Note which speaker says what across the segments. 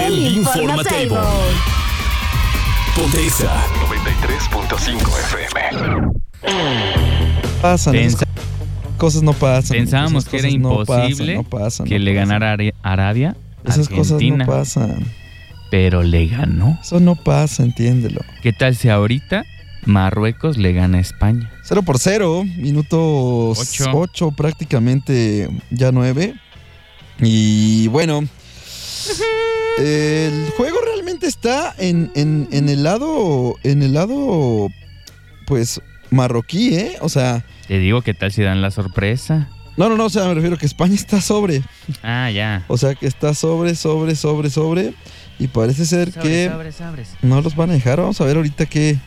Speaker 1: El Informatable. Ponte Exa
Speaker 2: 93.5 FM.
Speaker 3: pasan. esas
Speaker 4: Pensa-
Speaker 3: cosas no pasan.
Speaker 4: pensábamos
Speaker 3: esas
Speaker 4: que era
Speaker 3: cosas no pasan,
Speaker 4: imposible
Speaker 3: no pasan,
Speaker 4: que
Speaker 3: no
Speaker 4: le
Speaker 3: pasan.
Speaker 4: ganara Ari- Arabia. a
Speaker 3: Esas cosas
Speaker 4: Argentina,
Speaker 3: no pasan.
Speaker 4: Pero le ganó.
Speaker 3: Eso no pasa, entiéndelo.
Speaker 4: ¿Qué tal si ahorita Marruecos le gana a España?
Speaker 3: 0 por 0, minuto
Speaker 4: Ocho.
Speaker 3: 8, prácticamente ya 9. Y bueno, el juego realmente está en, en- en el lado, en el lado, pues, marroquí, ¿eh? O sea,
Speaker 4: Te digo, ¿qué tal si dan la sorpresa?
Speaker 3: no, no, no, o sea, me refiero que España está sobre.
Speaker 4: Ah, ya.
Speaker 3: O sea, que está sobre, sobre, sobre, sobre. Y parece ser que
Speaker 4: Sabres, sabres, sabres.
Speaker 3: no los van a dejar. Vamos a ver ahorita qué,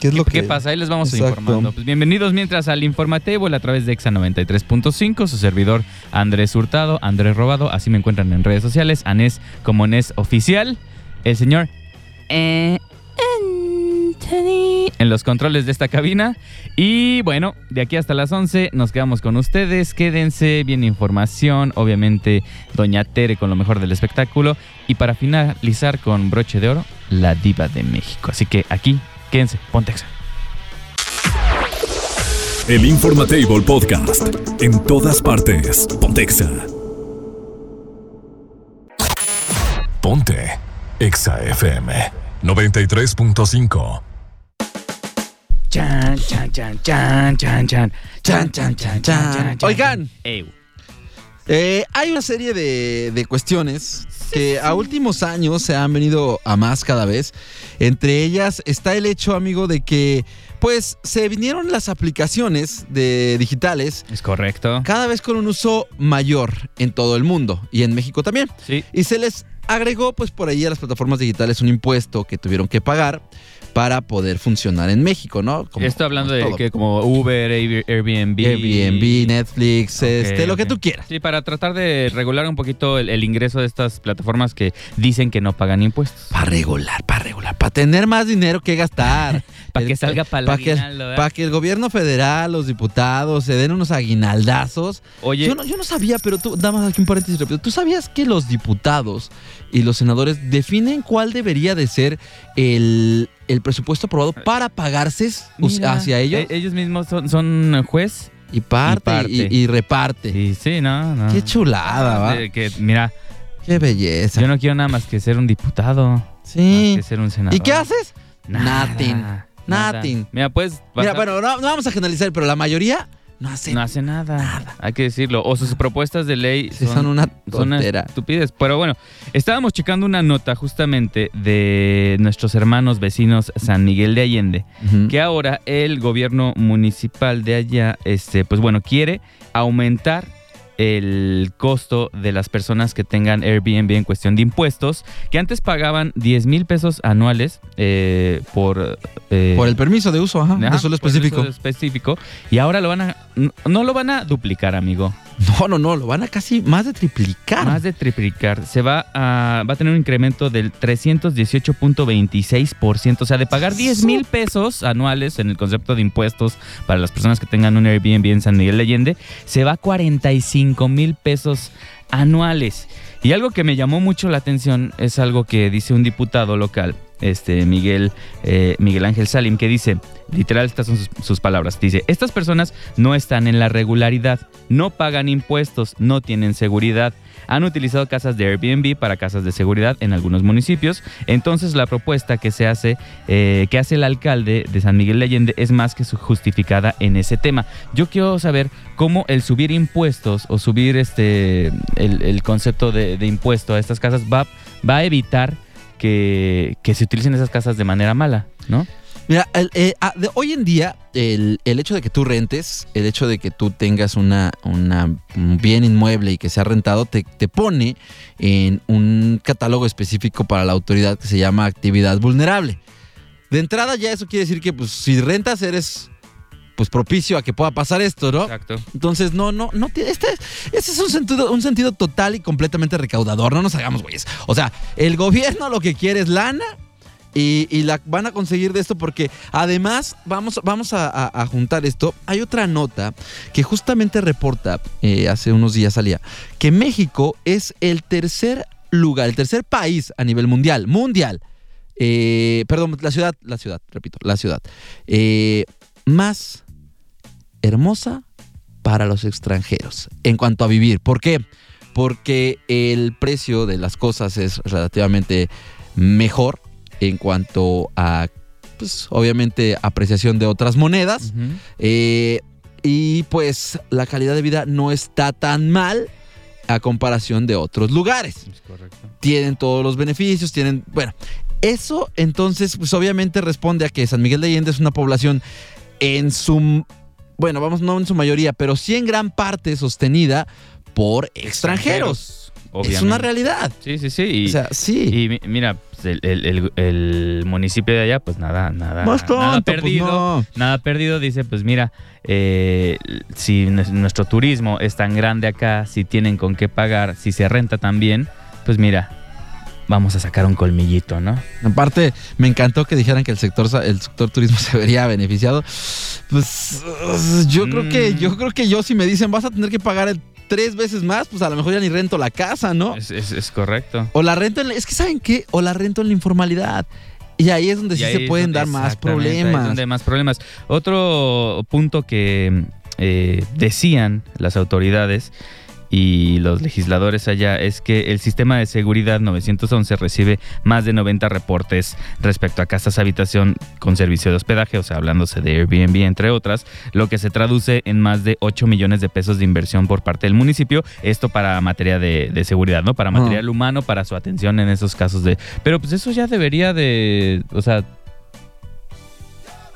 Speaker 3: qué es lo que...
Speaker 4: ¿Qué pasa? Ahí les vamos
Speaker 3: Exacto.
Speaker 4: informando. Pues bienvenidos mientras al Informatable a través de Exa 93.5, su servidor Andrés Hurtado, Andrés Robado, así me encuentran en redes sociales, Anés como Nes Oficial, el señor eh, Anthony en los controles de esta cabina. Y bueno, de aquí hasta las 11 nos quedamos con ustedes, quédense, bien información, obviamente Doña Tere con lo mejor del espectáculo y para finalizar con broche de oro, la diva de México. Así que aquí, quédense, ponte Exa.
Speaker 1: El Informatable Podcast en todas partes. Pontexa. Ponte Exa FM 93.5.
Speaker 4: Chan, chan, chan, chan, chan, chan, chan, chan, chan, chan, chan, chan.
Speaker 3: Oigan.
Speaker 4: Ew.
Speaker 3: Eh, hay una serie de, de cuestiones que a últimos años se han venido a más cada vez. Entre ellas está el hecho, amigo, de que pues se vinieron las aplicaciones de digitales
Speaker 4: Es correcto.
Speaker 3: cada vez con un uso mayor en todo el mundo y en México también.
Speaker 4: Sí.
Speaker 3: Y se les agregó pues por ahí a las plataformas digitales un impuesto que tuvieron que pagar para poder funcionar en México, ¿no? Como-
Speaker 4: Estoy hablando
Speaker 3: como
Speaker 4: de
Speaker 3: todo.
Speaker 4: que como Uber, Air- Airbnb.
Speaker 3: Airbnb, Netflix, este, lo que
Speaker 4: ok.
Speaker 3: tú quieras.
Speaker 4: Sí, para tratar de regular un poquito el, el ingreso de estas plataformas que dicen que no pagan impuestos.
Speaker 3: Para regular, para regular, para tener más dinero que gastar.
Speaker 4: Para que salga ¿eh? para
Speaker 3: Para que, pa' que el gobierno federal, los diputados, se den unos aguinaldazos.
Speaker 4: Oye,
Speaker 3: Yo no, yo no sabía, pero tú, nada más aquí un paréntesis rápido. ¿Tú sabías que los diputados y los senadores definen cuál debería de ser el, el presupuesto aprobado para pagarse o sea,
Speaker 4: Eh, mira,
Speaker 3: hacia ellos?
Speaker 4: eh, ellos mismos son, son juez.
Speaker 3: y parte, y,
Speaker 4: parte.
Speaker 3: y reparte.
Speaker 4: Sí, sí, no, no.
Speaker 3: Qué chulada, va.
Speaker 4: Eh, que, mira,
Speaker 3: Qué belleza.
Speaker 4: yo no quiero nada más que ser un diputado. Más
Speaker 3: sí.
Speaker 4: que ser un senador.
Speaker 3: ¿Y qué haces?
Speaker 4: Nada,
Speaker 3: Nothing.
Speaker 4: nada.
Speaker 3: Nothing.
Speaker 4: Mira, pues.
Speaker 3: Mira,
Speaker 4: pasar-
Speaker 3: bueno, no, no vamos a generalizar, pero la mayoría no hace
Speaker 4: No hace nada. Hay que decirlo. O sus propuestas de ley
Speaker 3: Sí,
Speaker 4: son,
Speaker 3: son, una
Speaker 4: son unas
Speaker 3: tontera.
Speaker 4: estupidez. Pero bueno, estábamos checando una nota justamente de nuestros hermanos vecinos San Miguel de Allende.
Speaker 3: Ujú.
Speaker 4: Que ahora el gobierno municipal de allá, este, pues bueno, quiere aumentar el costo de las personas que tengan Airbnb en cuestión de impuestos, que antes pagaban 10 mil pesos anuales eh, por... eh,
Speaker 3: Por el permiso de uso, ajá,
Speaker 4: Ajá,
Speaker 3: de suelo
Speaker 4: por el
Speaker 3: específico.
Speaker 4: uso específico. Y ahora lo van a. No, no lo van a duplicar, amigo.
Speaker 3: No, no, no, lo van a casi más de triplicar.
Speaker 4: Más de triplicar. Se va a. Va a tener un incremento del 318.26%. O sea, de pagar 10 mil pesos anuales en el concepto de impuestos para las personas que tengan un Airbnb en San Miguel de Allende, se va a 45 mil pesos anuales. Y algo que me llamó mucho la atención es algo que dice un diputado local, este Miguel, eh, Miguel Ángel Salim, que dice, literal, estas son sus, sus palabras, dice, estas personas no están en la regularidad, no pagan impuestos, no tienen seguridad. Han utilizado casas de Airbnb para casas de seguridad en algunos municipios. Entonces la propuesta que se hace, eh, que hace el alcalde de San Miguel de Allende es más que su- justificada en ese tema. Yo quiero saber cómo el subir impuestos o subir este el, el concepto de, de impuesto a estas casas va, va a evitar que, que se utilicen esas casas de manera mala, ¿no?
Speaker 3: Mira, el- eh, ah, de- hoy en día, el, el hecho de que tú rentes, el hecho de que tú tengas una, una- un bien inmueble y que sea rentado, te, te pone en un catálogo específico para la autoridad que se llama actividad vulnerable. De entrada, ya eso quiere decir que pues, si rentas, eres pues propicio a que pueda pasar esto, ¿no?
Speaker 4: Exacto.
Speaker 3: Entonces, no, no, no tiene. Este, este es un sentido, un sentido total y completamente recaudador. No nos hagamos, güeyes. O sea, el gobierno lo que quiere es lana. Y, y la van a conseguir de esto porque además vamos, vamos a, a- a juntar esto. Hay otra nota que justamente reporta, eh, hace unos días salía, que México es el tercer lugar, el tercer país a nivel mundial, mundial, eh, perdón, la ciudad, la ciudad, repito, la ciudad, eh, más hermosa para los extranjeros en cuanto a vivir. ¿Por qué? Porque el precio de las cosas es relativamente mejor en cuanto a, pues, obviamente, apreciación de otras monedas. Eh, y pues la calidad de vida no está tan mal a comparación de otros lugares tienen todos los beneficios, tienen, bueno, eso entonces pues obviamente responde a que San Miguel de Allende es una población en su, bueno, vamos, no en su mayoría, pero sí en gran parte sostenida por extranjeros. Es una realidad.
Speaker 4: Sí, sí, sí. Y,
Speaker 3: o sea, sí.
Speaker 4: y mi- mira, pues, el, el- el- el municipio de allá, pues nada, nada,
Speaker 3: Más
Speaker 4: nada
Speaker 3: tonto, pues,
Speaker 4: perdido.
Speaker 3: no.
Speaker 4: Nada perdido, dice, pues mira, eh, si nue- nuestro turismo es tan grande acá, si tienen con qué pagar, si se renta también, pues mira, vamos a sacar un colmillito, ¿no?
Speaker 3: Aparte, me encantó que dijeran que el sector sa- el sector turismo se vería beneficiado. Pues uh, yo creo que
Speaker 4: Mm.
Speaker 3: yo creo que yo si me dicen, "Vas a tener que pagar el- tres veces más", pues a lo mejor ya ni rento la casa, ¿no?
Speaker 4: Es, es- es correcto.
Speaker 3: O la rento en la- es que saben qué, o la rento en la informalidad. Y ahí es donde
Speaker 4: Y
Speaker 3: sí
Speaker 4: ahí
Speaker 3: se
Speaker 4: es
Speaker 3: pueden
Speaker 4: donde-
Speaker 3: dar más
Speaker 4: exactamente, ahí es
Speaker 3: problemas.
Speaker 4: donde hay más problemas. Otro punto que eh, decían las autoridades y los legisladores allá es que el sistema de seguridad 911 recibe más de 90 reportes respecto a casas habitación con servicio de hospedaje, o sea, hablándose de Airbnb entre otras, lo que se traduce en más de 8 millones de pesos de inversión por parte del municipio, esto para materia de, de seguridad, ¿no? Para
Speaker 3: Ajá.
Speaker 4: material humano, para su atención en esos casos de... Pero pues eso ya debería de, o sea,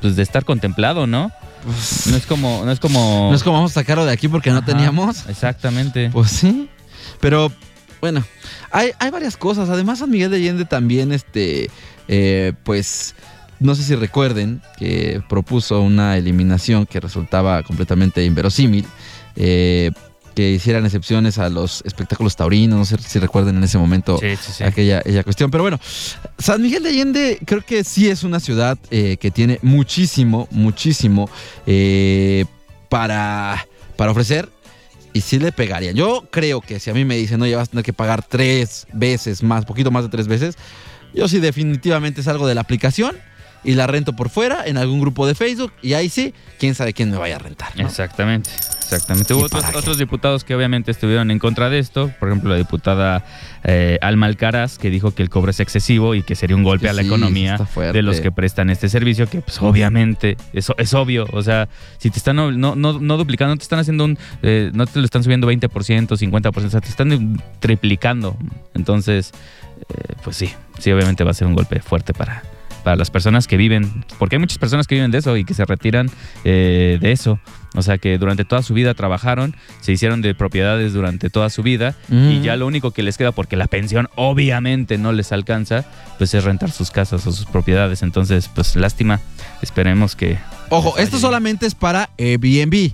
Speaker 4: pues de estar contemplado, ¿no? No es como, no es como.
Speaker 3: No es como vamos a sacarlo de aquí porque no
Speaker 4: pues, Ajá,
Speaker 3: teníamos.
Speaker 4: Exactamente.
Speaker 3: Pues sí. Pero bueno, hay, hay varias cosas. Además, San Miguel de Allende también, este, eh, pues, no sé si recuerden que propuso una eliminación que resultaba completamente inverosímil. eh, que hicieran excepciones a los espectáculos taurinos, no sé si recuerden en ese momento
Speaker 4: Sí, sí, sí.
Speaker 3: aquella, aquella cuestión. Pero bueno, San Miguel de Allende creo que sí es una ciudad eh, que tiene muchísimo, muchísimo eh, para, para ofrecer. Y sí le pegarían. Yo creo que si a mí me dicen, no, ya vas a tener que pagar tres veces más, poquito más de tres veces, yo sí definitivamente salgo de la aplicación y la rento por fuera en algún grupo de Facebook y ahí sí, quién sabe quién me vaya a rentar. ¿no?
Speaker 4: Exactamente, exactamente. Hubo
Speaker 3: ¿Y
Speaker 4: otros,
Speaker 3: para qué?
Speaker 4: otros diputados que obviamente estuvieron en contra de esto. Por ejemplo, la diputada eh, Alma Alcaraz, que dijo que el cobro es excesivo y que sería un golpe a la
Speaker 3: Sí,
Speaker 4: economía
Speaker 3: está fuerte.
Speaker 4: de los que prestan este servicio, que pues obviamente, eso es obvio. O sea, si te están ob- no, no, no duplicando, no te están haciendo un, eh, no te lo están subiendo 20%, 50%, o sea, te están triplicando. Entonces, eh, pues sí, sí, obviamente va a ser un golpe fuerte para, para las personas que viven, porque hay muchas personas que viven de eso y que se retiran eh, de eso. O sea, que durante toda su vida trabajaron, se hicieron de propiedades durante toda su vida y
Speaker 3: Mm.
Speaker 4: ya lo único que les queda, porque la pensión obviamente no les alcanza, pues es rentar sus casas o sus propiedades. Entonces, pues lástima, esperemos que...
Speaker 3: Ojo, esto
Speaker 4: Ahí.
Speaker 3: solamente es para Airbnb.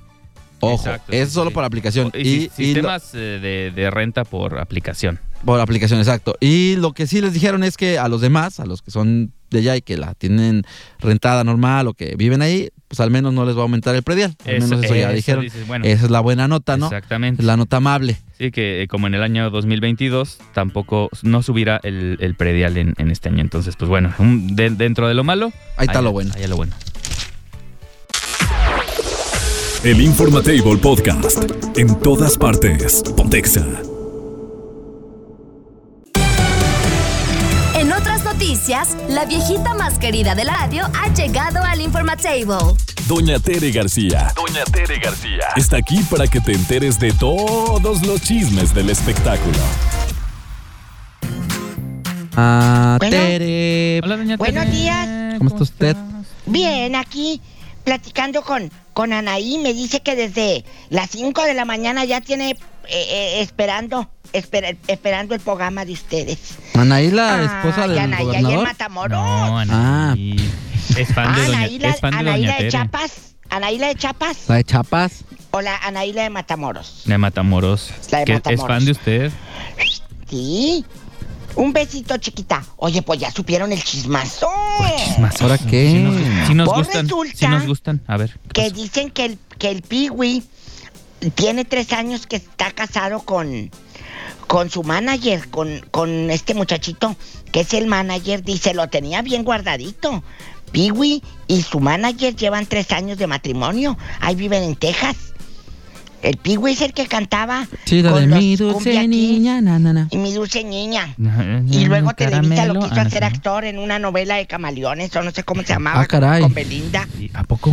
Speaker 3: Ojo,
Speaker 4: Exacto, sí,
Speaker 3: es
Speaker 4: sí,
Speaker 3: solo
Speaker 4: sí.
Speaker 3: para aplicación.
Speaker 4: Y, si-
Speaker 3: Y, y lo-
Speaker 4: sistemas eh, de, de renta por aplicación.
Speaker 3: Por aplicación, exacto. Y lo que sí les dijeron es que a los demás, a los que son de allá y que la tienen rentada normal o que viven ahí, pues al menos no les va a aumentar el predial. Al menos eso ya
Speaker 4: eso
Speaker 3: dijeron.
Speaker 4: dices, bueno,
Speaker 3: Esa es la buena nota, ¿no?
Speaker 4: Exactamente.
Speaker 3: Es la nota amable.
Speaker 4: Sí, que eh, como en el año 2022 tampoco no subirá el, el predial en, en este año. Entonces, pues bueno, un- de- dentro de lo malo.
Speaker 3: Ahí está lo bueno.
Speaker 4: Ahí está lo bueno.
Speaker 1: El Informatable Podcast. En todas partes. Pontexa.
Speaker 5: En otras noticias, la viejita más querida de la radio ha llegado al Informatable.
Speaker 1: Doña Tere García.
Speaker 2: Doña Tere García.
Speaker 1: Está aquí para que te enteres de todos los chismes del espectáculo.
Speaker 3: Ah,
Speaker 6: Bueno.
Speaker 3: Tere.
Speaker 4: Hola, doña
Speaker 6: Buenos
Speaker 4: Tere.
Speaker 6: días.
Speaker 3: ¿Cómo está usted?
Speaker 4: estás?
Speaker 6: Bien, aquí platicando con, con Anaí, me dice que desde las 5 de la mañana ya tiene eh, eh, esperando espera- esperando el programa de ustedes.
Speaker 3: Anaí, la
Speaker 6: Ay,
Speaker 3: esposa del
Speaker 6: Anaí, ahí en
Speaker 3: gobernador.
Speaker 6: Matamoros.
Speaker 4: No, Anaí.
Speaker 3: Ah.
Speaker 4: Es fan de
Speaker 6: Ah,
Speaker 4: doña,
Speaker 6: Anaí la-
Speaker 4: es fan de
Speaker 6: Anaí
Speaker 4: doña
Speaker 6: la de
Speaker 4: Tere.
Speaker 6: Chiapas. Anaí la de Chiapas.
Speaker 3: La de Chapas.
Speaker 6: O la Anaí la de Matamoros.
Speaker 4: De Matamoros.
Speaker 6: La de
Speaker 4: que Es
Speaker 6: Matamoros.
Speaker 4: fan de usted.
Speaker 6: Sí. Un besito, chiquita. Oye, pues ya supieron el chismazo.
Speaker 4: Chismazo.
Speaker 3: ¿Ahora qué?
Speaker 4: Sí nos, sí nos
Speaker 6: Pues
Speaker 4: gustan. Sí
Speaker 6: resulta
Speaker 4: nos gustan. A ver. ¿qué
Speaker 3: Pues-
Speaker 6: Que
Speaker 4: pasó?
Speaker 6: dicen que el, que el Piwi tiene tres años que está casado con, con su manager, con, con este muchachito que es el manager. Dice, lo tenía bien guardadito. Piwi y su manager llevan tres años de matrimonio. Ahí viven en Texas. El Piwi es el que cantaba.
Speaker 3: Sí, la de
Speaker 6: con los
Speaker 3: mi
Speaker 6: Cumbia
Speaker 3: dulce
Speaker 6: Kings
Speaker 3: niña, Mm, na, na, na.
Speaker 6: Y mi dulce niña.
Speaker 4: Y
Speaker 6: Y luego Televisa lo
Speaker 4: Ah,
Speaker 6: quiso hacer
Speaker 4: actor.
Speaker 6: actor en una novela de camaleones, o no sé cómo se llamaba,
Speaker 3: Ah, caray.
Speaker 6: con Belinda.
Speaker 4: ¿A poco?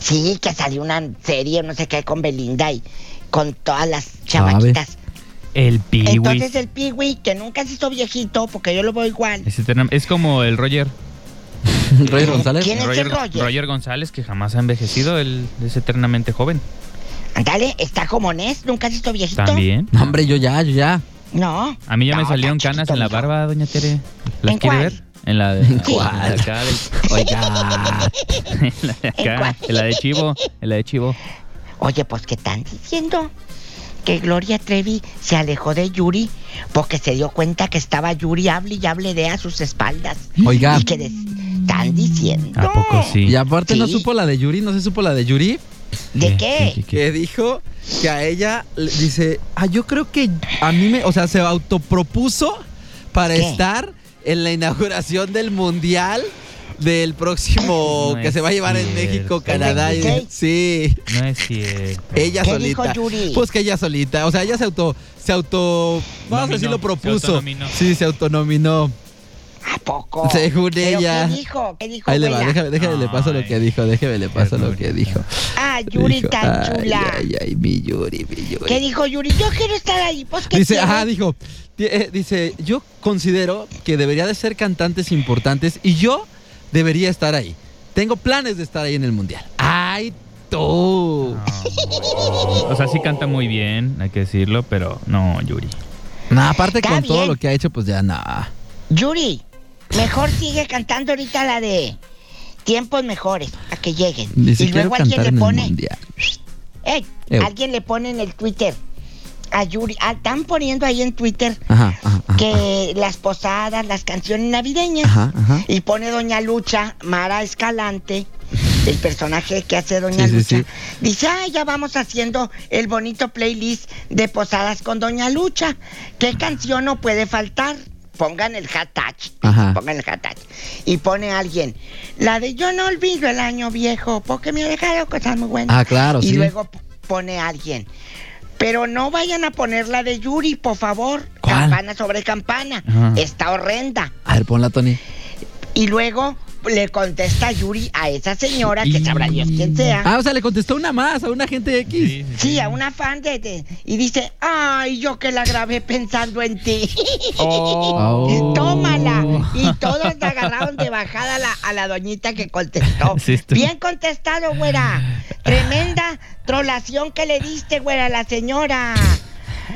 Speaker 6: Sí, que salió una serie, no sé qué, con Belinda y con todas las chavaquitas.
Speaker 4: Ah, El Piwi.
Speaker 6: Entonces eh, el Piwi, que nunca se hizo viejito, porque yo lo veo igual.
Speaker 4: Es, eterna- es como el Roger.
Speaker 3: Rey González.
Speaker 6: ¿Quién es el Roger?
Speaker 4: González, que jamás ha envejecido. Él es eternamente joven.
Speaker 6: Ándale, está como Nes, nunca se hizo viejito.
Speaker 4: También.
Speaker 3: No, hombre, yo ya, yo ya.
Speaker 6: No.
Speaker 4: A mí ya me
Speaker 6: No,
Speaker 4: salieron
Speaker 6: está
Speaker 4: canas
Speaker 6: chiquito,
Speaker 4: en la
Speaker 6: mijo.
Speaker 4: barba, doña Tere. ¿Las
Speaker 6: ¿En
Speaker 4: quiere
Speaker 6: cuál?
Speaker 4: ver? En la de.
Speaker 3: cuál?
Speaker 4: en la acá del-
Speaker 3: Oiga.
Speaker 4: en la de
Speaker 6: ¿En
Speaker 4: acá,
Speaker 6: cuál?
Speaker 4: en la de Chivo, en la de Chivo.
Speaker 6: Oye, pues ¿qué están diciendo? Que Gloria Trevi se alejó de Yuri porque se dio cuenta que estaba Yuri hable y hable de a sus espaldas.
Speaker 3: Oiga.
Speaker 6: Y que des- están diciendo.
Speaker 4: ¿A poco sí?
Speaker 3: Y aparte no
Speaker 6: Sí.
Speaker 3: supo la de Yuri, no se supo la de Yuri.
Speaker 6: ¿De qué?
Speaker 3: que dijo que a ella le- dice, ah, yo creo que a mí me, o sea, se autopropuso para
Speaker 6: ¿Qué?
Speaker 3: estar en la inauguración del mundial del próximo
Speaker 4: No
Speaker 3: que
Speaker 4: es
Speaker 3: se va a llevar en
Speaker 4: cierto.
Speaker 3: México, Canadá. Y,
Speaker 6: ¿El
Speaker 3: sí,
Speaker 4: No es cierto.
Speaker 3: ella
Speaker 6: ¿Qué dijo
Speaker 3: solita.
Speaker 6: Yuri?
Speaker 3: Pues que ella solita, o sea, ella se auto, se auto, vamos a
Speaker 4: Nominó,
Speaker 3: decirlo,
Speaker 4: se
Speaker 3: propuso.
Speaker 4: autonominó.
Speaker 3: sí, se autonominó.
Speaker 6: ¿A poco?
Speaker 3: Según
Speaker 6: ¿Pero
Speaker 3: ella.
Speaker 6: ¿Qué dijo? ¿Qué dijo?
Speaker 3: Ahí le va,
Speaker 6: abuela?
Speaker 3: déjame, déjame, le paso lo que
Speaker 4: Ay,
Speaker 3: dijo, déjame, le paso lo que
Speaker 4: ternurita.
Speaker 3: dijo.
Speaker 6: Ah, Yuri
Speaker 3: Dijo,
Speaker 6: tan
Speaker 3: ay,
Speaker 6: chula.
Speaker 3: Ay, ay, mi Yuri, mi Yuri.
Speaker 6: ¿Qué dijo Yuri? Yo quiero estar ahí. Pues, ¿qué
Speaker 3: Dice,
Speaker 6: quieres?
Speaker 3: ajá, dijo, di- eh, dice, yo considero que debería de ser cantantes importantes y yo debería estar ahí. Tengo planes de estar ahí en el mundial. Ay, tú.
Speaker 4: Ah. O sea, sí canta muy bien, hay que decirlo, pero no, Yuri.
Speaker 3: Nah, aparte
Speaker 6: Está
Speaker 3: con todo
Speaker 6: bien.
Speaker 3: lo que ha hecho, pues ya nada.
Speaker 6: Yuri, mejor sigue cantando ahorita la de tiempos mejores, a que lleguen.
Speaker 3: Dice,
Speaker 6: y
Speaker 3: quiero
Speaker 6: luego alguien
Speaker 3: cantar
Speaker 6: le
Speaker 3: en el
Speaker 6: pone,
Speaker 3: mundial.
Speaker 6: Ey,
Speaker 3: Ew.
Speaker 6: alguien le pone en el Twitter a Yuri, ah, están poniendo ahí en Twitter
Speaker 3: Ajá, ajá, ajá,
Speaker 6: que las posadas, las canciones navideñas.
Speaker 3: Ah, ajá, ajá.
Speaker 6: Y pone Doña Lucha, Mara Escalante, el personaje que hace Doña
Speaker 3: Sí, sí,
Speaker 6: Lucha.
Speaker 3: sí.
Speaker 6: Dice, ah, ya vamos haciendo el bonito playlist de posadas con Doña Lucha. ¿Qué canción no puede faltar? Pongan el hashtag.
Speaker 3: Ajá.
Speaker 6: Pongan el hashtag. Y pone alguien, la de yo no olvido el año viejo, porque me ha dejado cosas muy buenas.
Speaker 3: Ah, claro,
Speaker 6: y
Speaker 3: sí.
Speaker 6: luego p- pone alguien. Pero no vayan a poner la de Yuri, por favor.
Speaker 3: ¿Cuál?
Speaker 6: Campana sobre campana.
Speaker 4: Ajá.
Speaker 6: Está horrenda.
Speaker 3: A ver, ponla, Tony.
Speaker 6: Y luego le contesta Yuri a esa señora, que sabrá Dios quién sea.
Speaker 3: Ah, o sea, le contestó una más a una gente X.
Speaker 6: Sí, a una fan de, de- Y dice, ay, yo que la grabé pensando en ti.
Speaker 3: Oh.
Speaker 6: Eh, Tómala. Y todos la agarraron de bajada a la, a la doñita que contestó.
Speaker 4: Sí, estuvo-
Speaker 6: Bien contestado, güera. Tremenda trolación que le diste, güera, a la señora.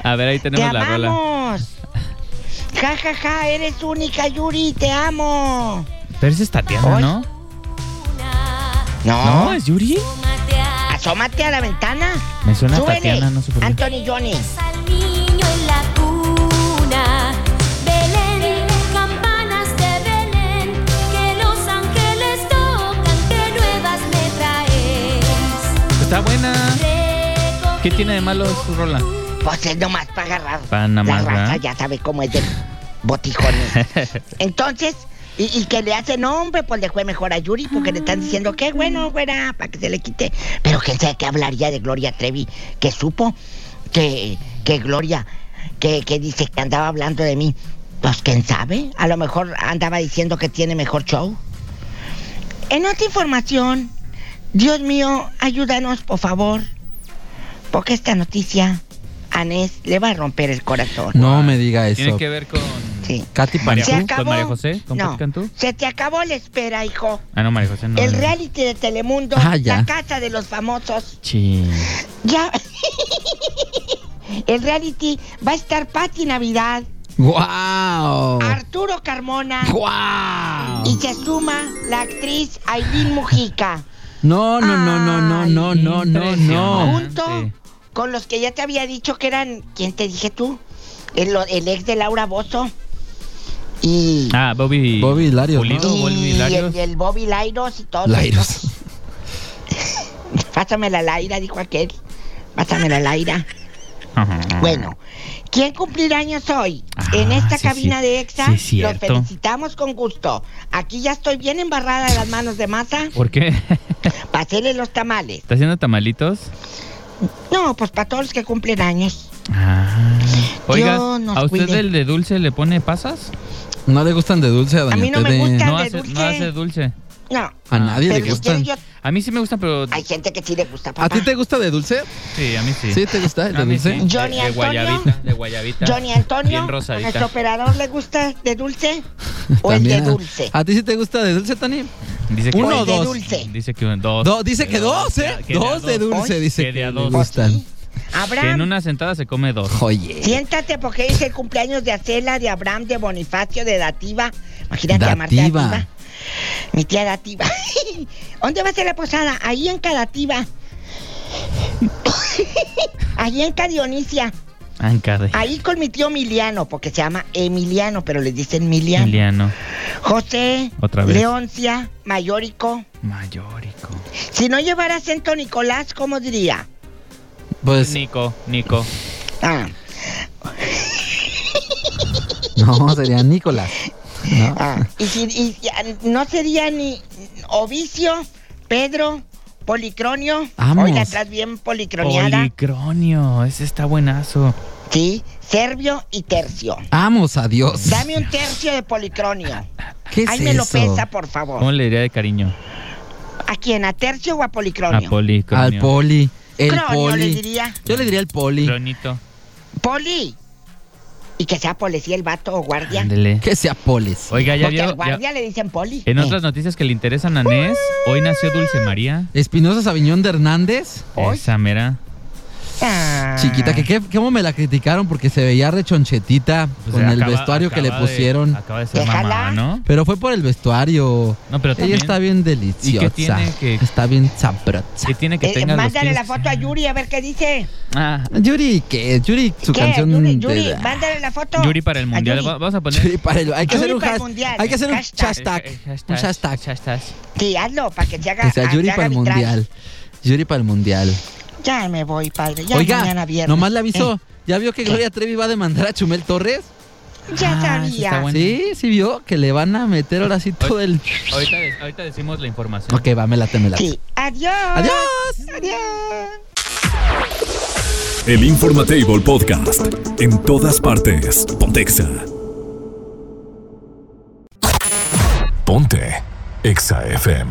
Speaker 4: A ver, ahí
Speaker 6: Te
Speaker 4: tenemos la rola.
Speaker 6: amamos. Ja, ja, ja, eres única, Yuri, te amo.
Speaker 4: Pero esa es Tatiana,
Speaker 6: Ay.
Speaker 4: ¿no?
Speaker 6: No,
Speaker 4: No, es Yuri.
Speaker 6: asómate a la ventana.
Speaker 4: Me suena a
Speaker 6: Súbele,
Speaker 4: Tatiana, no sé por qué.
Speaker 6: Anthony Johnny.
Speaker 7: Al niño en la cuna, Belén, campanas de Belén, que los ángeles tocan, que nuevas me traes.
Speaker 4: Está buena. ¿Qué tiene de malo su rola?
Speaker 6: Pues es nomás para agarrar.
Speaker 4: Pa' nada
Speaker 6: la
Speaker 4: más,
Speaker 6: raza
Speaker 4: ¿verdad?
Speaker 6: ya sabe cómo es de botijones. Entonces, y, y que le hace nombre, pues le fue mejor a Yuri, porque le están diciendo que bueno, güera, para que se le quite. Pero quién sabe qué hablaría de Gloria Trevi, que supo que, que Gloria, que, que dice que andaba hablando de mí. Pues quién sabe, a lo mejor andaba diciendo que tiene mejor show. En otra información, Dios mío, ayúdanos, por favor. Porque esta noticia a Nes le va a romper el corazón.
Speaker 3: No me diga eso.
Speaker 4: Tiene que ver con
Speaker 6: Sí.
Speaker 4: Katy María,
Speaker 6: Se
Speaker 4: José,
Speaker 6: acabó.
Speaker 4: con María José, con
Speaker 6: No.
Speaker 4: Pati Cantú.
Speaker 6: Se te acabó la espera, hijo.
Speaker 4: Ah, no, María José, no.
Speaker 6: El
Speaker 4: no.
Speaker 6: reality de Telemundo,
Speaker 3: Ah, ya.
Speaker 6: la casa de los famosos.
Speaker 4: Chin.
Speaker 6: Ya. El reality va a estar Pati Navidad,
Speaker 4: Oh.
Speaker 3: ¡Guau!
Speaker 6: Arturo Carmona
Speaker 3: ¡Guau!
Speaker 6: y se suma la actriz Aileen Mujica.
Speaker 3: No, no, no, no, no, no, no, no, no.
Speaker 4: Impresionante.
Speaker 6: Junto con los que ya te había dicho que eran, ¿quién te dije tú? El, el ex de Laura Bozo. Y,
Speaker 4: Ah, Bobby.
Speaker 3: Bobby Hilarios,
Speaker 4: Pulido,
Speaker 3: ¿no?
Speaker 4: Bobby
Speaker 6: y el,
Speaker 4: Hilarios.
Speaker 6: el Bobby Lairos y todo.
Speaker 3: Lairos.
Speaker 6: Pásame la Laira, dijo aquel. Pásame la Laira.
Speaker 4: Ajá.
Speaker 6: Bueno, ¿quién cumplir años hoy?
Speaker 4: Ah,
Speaker 6: en esta
Speaker 4: sí,
Speaker 6: cabina
Speaker 4: sí.
Speaker 6: de EXA
Speaker 4: Sí, es
Speaker 6: los
Speaker 4: cierto.
Speaker 6: felicitamos con gusto. Aquí ya estoy bien embarrada de las manos de masa
Speaker 4: ¿Por qué?
Speaker 6: para hacerle los tamales.
Speaker 4: ¿Está haciendo tamalitos?
Speaker 6: No, pues para todos los que cumplen años.
Speaker 4: Ah. Oiga,
Speaker 6: Dios nos
Speaker 4: ¿a usted
Speaker 6: cuide.
Speaker 4: el de dulce le pone pasas?
Speaker 3: No le gustan de dulce a doña
Speaker 6: A mí no me
Speaker 3: Tere.
Speaker 6: gusta.
Speaker 4: No
Speaker 6: de
Speaker 4: hace, no
Speaker 6: dulce.
Speaker 4: hace dulce.
Speaker 6: No.
Speaker 3: A nadie le
Speaker 6: Pero si
Speaker 3: gustan.
Speaker 6: quieres, yo-
Speaker 4: A mí sí me gusta, pero.
Speaker 6: Hay gente que sí le gusta,
Speaker 3: ¿A
Speaker 6: papá.
Speaker 3: ti te gusta de dulce?
Speaker 4: Sí, a mí sí.
Speaker 3: ¿Sí te gusta el
Speaker 4: A
Speaker 3: de
Speaker 4: mí
Speaker 3: dulce?
Speaker 4: sí.
Speaker 6: Johnny
Speaker 4: de, de
Speaker 6: Antonio.
Speaker 4: guayabita, de guayabita.
Speaker 6: Johnny Antonio,
Speaker 4: Bien
Speaker 6: ¿a
Speaker 4: rosadita.
Speaker 6: nuestro operador le gusta de dulce o el de
Speaker 3: También.
Speaker 6: dulce?
Speaker 3: ¿A ti sí te gusta de dulce, Tani?
Speaker 4: Dice que
Speaker 3: Uno o
Speaker 6: el de
Speaker 3: dos.
Speaker 6: dulce.
Speaker 4: Dice que un- dos.
Speaker 3: Do- dice que dos, ¿eh?
Speaker 4: que
Speaker 3: Dos
Speaker 4: a
Speaker 3: de dulce,
Speaker 4: Oye,
Speaker 3: dice
Speaker 4: que
Speaker 3: que
Speaker 4: de a
Speaker 3: le
Speaker 4: dos.
Speaker 3: gustan.
Speaker 4: Que en
Speaker 6: Pues Abraham,
Speaker 4: una sentada se come dos.
Speaker 3: Oye.
Speaker 6: siéntate porque es el cumpleaños de Acela, de Abraham, de Bonifacio, de Dativa. Imagínate llamarte
Speaker 3: Dativa.
Speaker 6: Dativa. Mi tía Dativa. ¿Dónde va a ser la posada? Ahí en Cadativa. Ahí en Cadionisia.
Speaker 4: Ancade.
Speaker 6: Ahí con mi tío Emiliano, porque se llama Emiliano, pero le dicen Miliano.
Speaker 4: Emiliano.
Speaker 6: José,
Speaker 4: Otra vez.
Speaker 6: Leoncia, Mayórico.
Speaker 4: Mayórico.
Speaker 6: Si no llevara acento Nicolás, ¿cómo diría?
Speaker 3: Pues,
Speaker 4: Nico, Nico.
Speaker 6: Ah,
Speaker 3: no, sería Nicolás. ¿no?
Speaker 6: ah. Y si y- y, ah, no sería ni Ovicio, Pedro, Policronio.
Speaker 3: Vamos.
Speaker 6: Hoy la traes bien policroniada.
Speaker 4: Policronio. Ese está buenazo.
Speaker 6: sí, Servio y Tercio.
Speaker 3: Vamos a Dios.
Speaker 6: Dame un tercio de Policronio.
Speaker 3: ¿Qué es
Speaker 6: Ay, me lo
Speaker 3: eso?
Speaker 6: pesa, por
Speaker 4: ¿Cómo
Speaker 6: favor.
Speaker 4: le diría de cariño?
Speaker 6: ¿A quién? ¿A Tercio o a
Speaker 4: A
Speaker 6: Policronio?
Speaker 4: policronio.
Speaker 3: Al poli. El
Speaker 6: Cronio le
Speaker 3: poli.
Speaker 6: diría.
Speaker 3: Yo le diría el poli.
Speaker 4: Cronito.
Speaker 6: Poli. Y que sea policía el vato o guardia.
Speaker 4: Ándele.
Speaker 3: Que sea polis.
Speaker 4: Oiga, ya
Speaker 6: Porque al
Speaker 4: vio. ya-
Speaker 6: guardia le dicen poli.
Speaker 4: En
Speaker 6: Eh.
Speaker 4: otras noticias que le interesan a Nés, hoy nació Dulce María.
Speaker 3: Espinosa Sabiñón de Hernández.
Speaker 6: Hoy.
Speaker 4: Esa mera.
Speaker 6: Ah.
Speaker 3: Chiquita, que qué, cómo me la criticaron porque se veía rechonchetica
Speaker 4: O
Speaker 3: con
Speaker 4: sea,
Speaker 3: el
Speaker 4: Pues acaba-
Speaker 3: vestuario que le
Speaker 4: acaba de-
Speaker 3: pusieron.
Speaker 4: acaba de ser
Speaker 6: Déjala.
Speaker 4: mamá, ¿no?
Speaker 3: Pero fue por el vestuario.
Speaker 4: No, pero
Speaker 3: Ella
Speaker 4: también,
Speaker 3: está bien deliciosa.
Speaker 4: tiene que-
Speaker 3: Está bien sabrosa.
Speaker 4: Que tiene que
Speaker 6: Eh,
Speaker 4: tenga los
Speaker 6: mándale la
Speaker 4: pies-
Speaker 6: foto a Yuri a ver qué dice.
Speaker 4: Ah,
Speaker 3: Yuri, ¿qué? Yuri, su
Speaker 6: ¿Qué?
Speaker 3: canción
Speaker 6: Yuri,
Speaker 3: de-
Speaker 6: Yuri, mándale la foto.
Speaker 4: Yuri para el
Speaker 6: A
Speaker 4: mundial.
Speaker 6: Yuri.
Speaker 4: Va- Vamos a poner.
Speaker 3: Yuri para el- Hay que
Speaker 6: Yuri
Speaker 3: hacer un
Speaker 6: para el
Speaker 3: hash-
Speaker 6: mundial.
Speaker 3: Hay que hacer un
Speaker 6: Hashtag.
Speaker 3: hashtag. Un hashtag.
Speaker 4: Eh, hashtag.
Speaker 6: Sí, hazlo para que se haga.
Speaker 3: Que sea
Speaker 6: a-
Speaker 3: Yuri
Speaker 6: se haga
Speaker 3: para el
Speaker 6: viral.
Speaker 3: mundial. Yuri para el mundial.
Speaker 6: Ya me voy, padre. Ya mañana
Speaker 3: Oiga,
Speaker 6: viernes.
Speaker 3: nomás le
Speaker 6: Eh,
Speaker 3: aviso. ¿Ya vio que Gloria Trevi va a demandar a Chumel Torres?
Speaker 6: Eh, ya
Speaker 4: Ah, sí
Speaker 6: sabía.
Speaker 4: está bueno.
Speaker 3: Sí, sí vio que le van a meter ahora sí todo el...
Speaker 4: Ahorita, de- ahorita decimos la información.
Speaker 3: Ok, va, me late, me late.
Speaker 6: Sí. Adiós.
Speaker 3: ¡Adiós!
Speaker 6: Adiós.
Speaker 1: El Informatable Podcast. En todas partes. Pontexa. Ponte. Exa FM